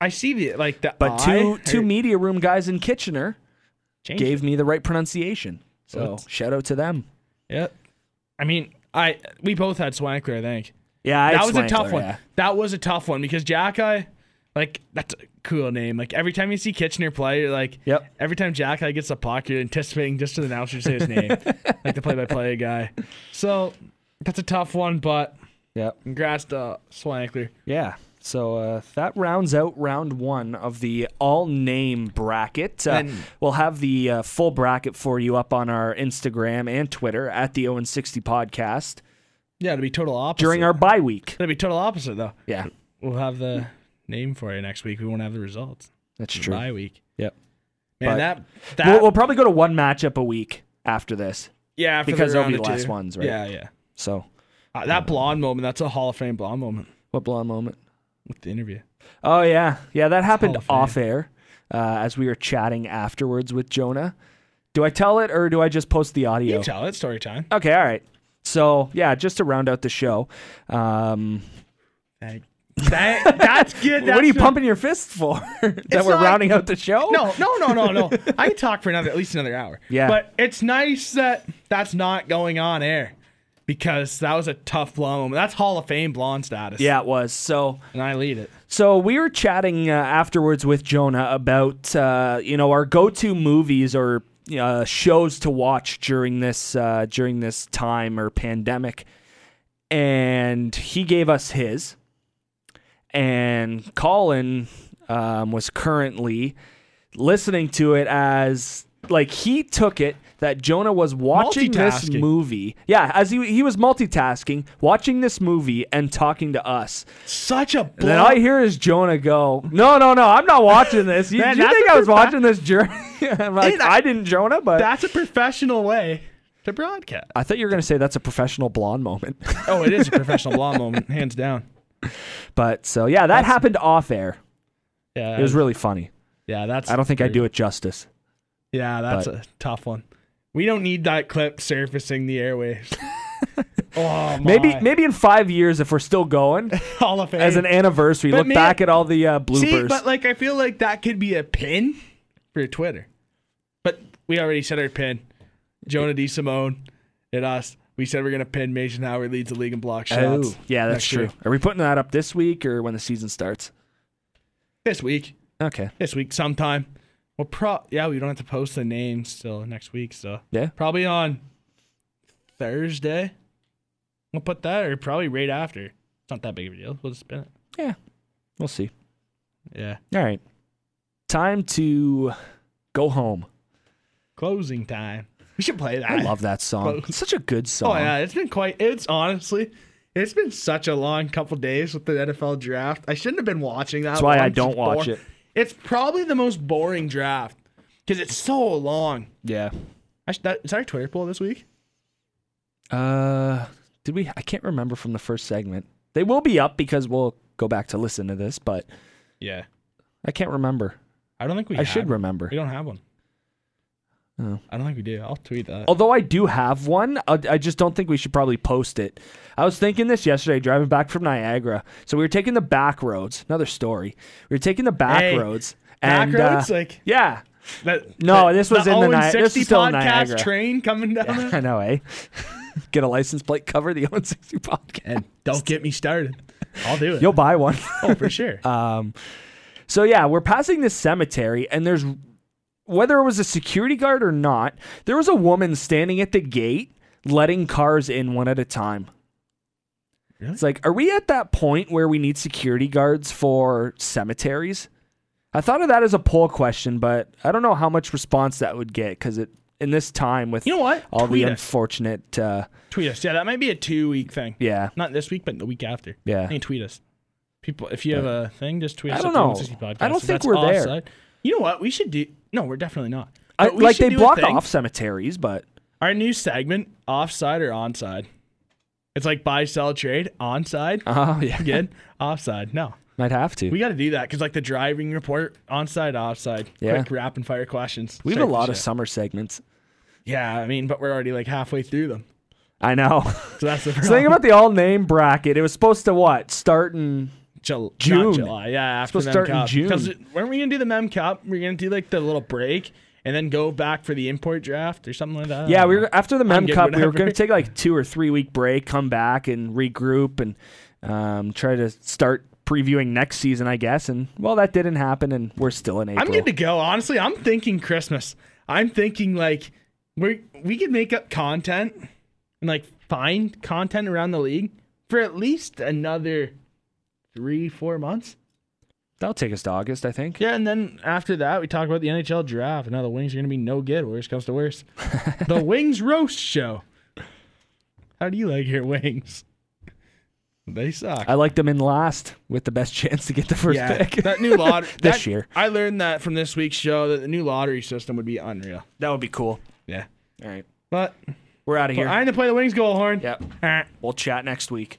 I see the like the
but
eye,
two
or-
two media room guys in Kitchener
Change
gave me the right pronunciation. So
What?
shout out to them.
Yep. I mean, I we both had Swankler, I think.
Yeah, I had
that was a tough
Swankler,
one.
yeah.
That was a tough one because Jackeye, like that's a cool name. Like every time you see Kitchener play, you're like,
Yep.
Every time Jackeye gets the puck, you're anticipating just to the announcer to say
[laughs]
his name, like the play-by-play guy. So that's a tough one, but
Yep.
congrats to Swankler.
Yeah. So uh, that rounds out round one of the all name bracket. Uh,
And-
we'll have the uh, full bracket for you up on our Instagram and Twitter at the Owen 60 podcast
Yeah, it'll be total opposite.
during our bye week.
it'll be total opposite though.
Yeah,
We'll have the name for you next week. We won't have the results.
that's
It's
true.
Bye week.
Yep.
Man,
But-
that that
We'll, we'll probably go to one matchup a week after this.
yeah after the
because they'll be
round of
the last
two.
ones, right?
Yeah, yeah.
So,
Uh, that blonde moment, that's a Hall of Fame blonde moment
what blonde moment?
with the interview.
Oh, yeah. Yeah, that happened
Hall of Fame.
off air uh, as we were chatting afterwards with Jonah. Do I tell it or do I just post the audio?
You tell it, story time.
Okay, all right. So yeah, just to round out the show, um, [laughs]
That, that's good.
what are you
that's-
pumping your fist for? [laughs] that
It's
we're
not-
rounding out the show?
No, no, no, no, no. I could talk for another, at least another hour.
Yeah.
But it's nice that that's not going on air because that was a tough blonde moment. That's Hall of Fame blonde status.
Yeah, it was. So
And I lead it.
so we were chatting uh, afterwards with Jonah about uh, you know our go-to movies or uh, shows to watch during this uh, during this time or pandemic, and he gave us his, and Colin um, was currently listening to it as like he took it that Jonah was watching this
Multitasking.
movie. Yeah, as he he was multitasking, watching this movie and talking to us.
Such a
And then all I
blow.
hear is Jonah go, "No, no, no, I'm not watching this. You,
Man,
you
that's
think
a
I was
profa-
watching this journey?" [laughs] I'm like,
Dude,
I,
I-
didn't, Jonah, but
That's a professional way to broadcast.
I thought you were gonna say that's a professional blonde moment. [laughs]
Oh, it is a professional blonde moment, hands down.
but so yeah, that happened off air.
Yeah,
[laughs] It was really funny.
yeah. That's
I don't think I do it justice.
Yeah, that's
But-
a tough one. We don't need that clip surfacing the airwaves.
[laughs]
oh, my.
Maybe maybe in five years, if we're still going
Hall of Fame.
as an anniversary,
But
look
man-
back at all the uh, bloopers.
See, but like I feel like that could be a pin for Twitter. But we already said our pin. Jonah D. Simone and us. We said we're gonna pin Mason Howard leads the league in block shots.
Oh, yeah, that's
next
true.
year.
Are we putting that up this week or when the season starts?
This week.
Okay.
This week sometime. Well pro yeah, we don't have to post the names till next week, so
Yeah.
probably on Thursday. We'll put that or probably right after. It's not that big of a deal. We'll just spin it.
We'll see.
Yeah.
All right. Time to go home.
Closing time. We should play that.
I love that song.
Close.
It's such a good song.
Oh yeah, it's been quite. It's honestly, it's been such a long couple days with the NFL draft. I shouldn't have been watching that.
That's why I
long. It's
don't
just
watch
bore-
it.
It's probably the most boring draft because it's so long.
Yeah.
I sh- that, is that our Twitter poll this week?
Uh, did we? I can't remember from the first segment. They will be up because we'll go back to listen to this, but
Yeah,
I can't remember.
I don't think we.
I should remember.
We don't have one.
Oh.
I don't think we do. I'll tweet that.
Although I do have one, I I just don't think we should probably post it. I was thinking this yesterday driving back from Niagara. So we were taking the back roads. Another story. We were taking the back
Hey,
roads.
Back
And,
roads,
uh,
like
yeah. [laughs]
that,
No,
that-
this was
the
in the
0 and
Ni- this
60
is still in Niagara.
podcast train coming down.
I
there.
know, eh? [laughs] Get a license plate cover the [laughs] 160 podcast.
[laughs] And don't get me started. I'll do it.
You'll buy one.
oh, for sure.
Um, so yeah, we're passing this cemetery, and there's whether it was a security guard or not, there was a woman standing at the gate letting cars in one at a time.
Really?
It's like, are we at that point where we need security guards for cemeteries? I thought of that as a poll question, but I don't know how much response that would get because it in this time with
You know what?
all
Tweet
the
us.
unfortunate, uh,
Tweet us. Yeah, that might be a two week thing.
yeah,
Not this week, but the week after.
yeah.
I mean, tweet us. People, if you have a thing, just tweet
I
us.
don't
at the
know.
160 Podcast,
I don't
if
think
that's
we're there.
offside. You know what? We should do. No, we're definitely not.
I,
But we
like
should
they
do a
block
thing.
off cemeteries, but
Our new segment, offside or onside. It's like buy, sell, trade. Onside,
oh [laughs] yeah,
good. offside, no.
might have to.
We got to do that because like the driving report, onside, offside.
Yeah.
Quick rapid fire questions.
We have a
Type
lot of
shit.
summer segments.
Yeah, I mean, but we're already like halfway through them,
I [laughs] know.
so that's the
so think
problem.
about the all name bracket. It was supposed to what? Start in
Jul-
June.
Not July. Yeah, after
Supposed to
Mem
start in
Cup.
June.
'Cause weren't we gonna do the Mem Cup? We are gonna do like the little break and then go back for the import draft or something like that.
Yeah, we were after the Mem
getting
Cup, we were
whatever.
gonna take like [laughs] two or three week break, come back and regroup and um, try to start previewing next season, I guess. And well that didn't happen and we're still in April.
I'm good to go. Honestly, I'm thinking Christmas. I'm thinking like we we could make up content and like find content around the league for at least another three four months.
That'll take us to August, I think.
Yeah, and then after that, we talk about the NHL draft and how the Wings are going to be no good. Worst comes
[laughs]
to worst. the Wings Roast Show. How do you like your wings? They suck.
I liked them in last with the best [laughs] chance to get the first pick.
that new lottery
[laughs] This year.
I learned that from this week's show that the new lottery system would be unreal.
that would be cool.
Yeah,
All right.
but,
We're out of
but
here.
Ah. I'm going to play the Wings goal horn.
Yep.
Ah.
We'll chat next week.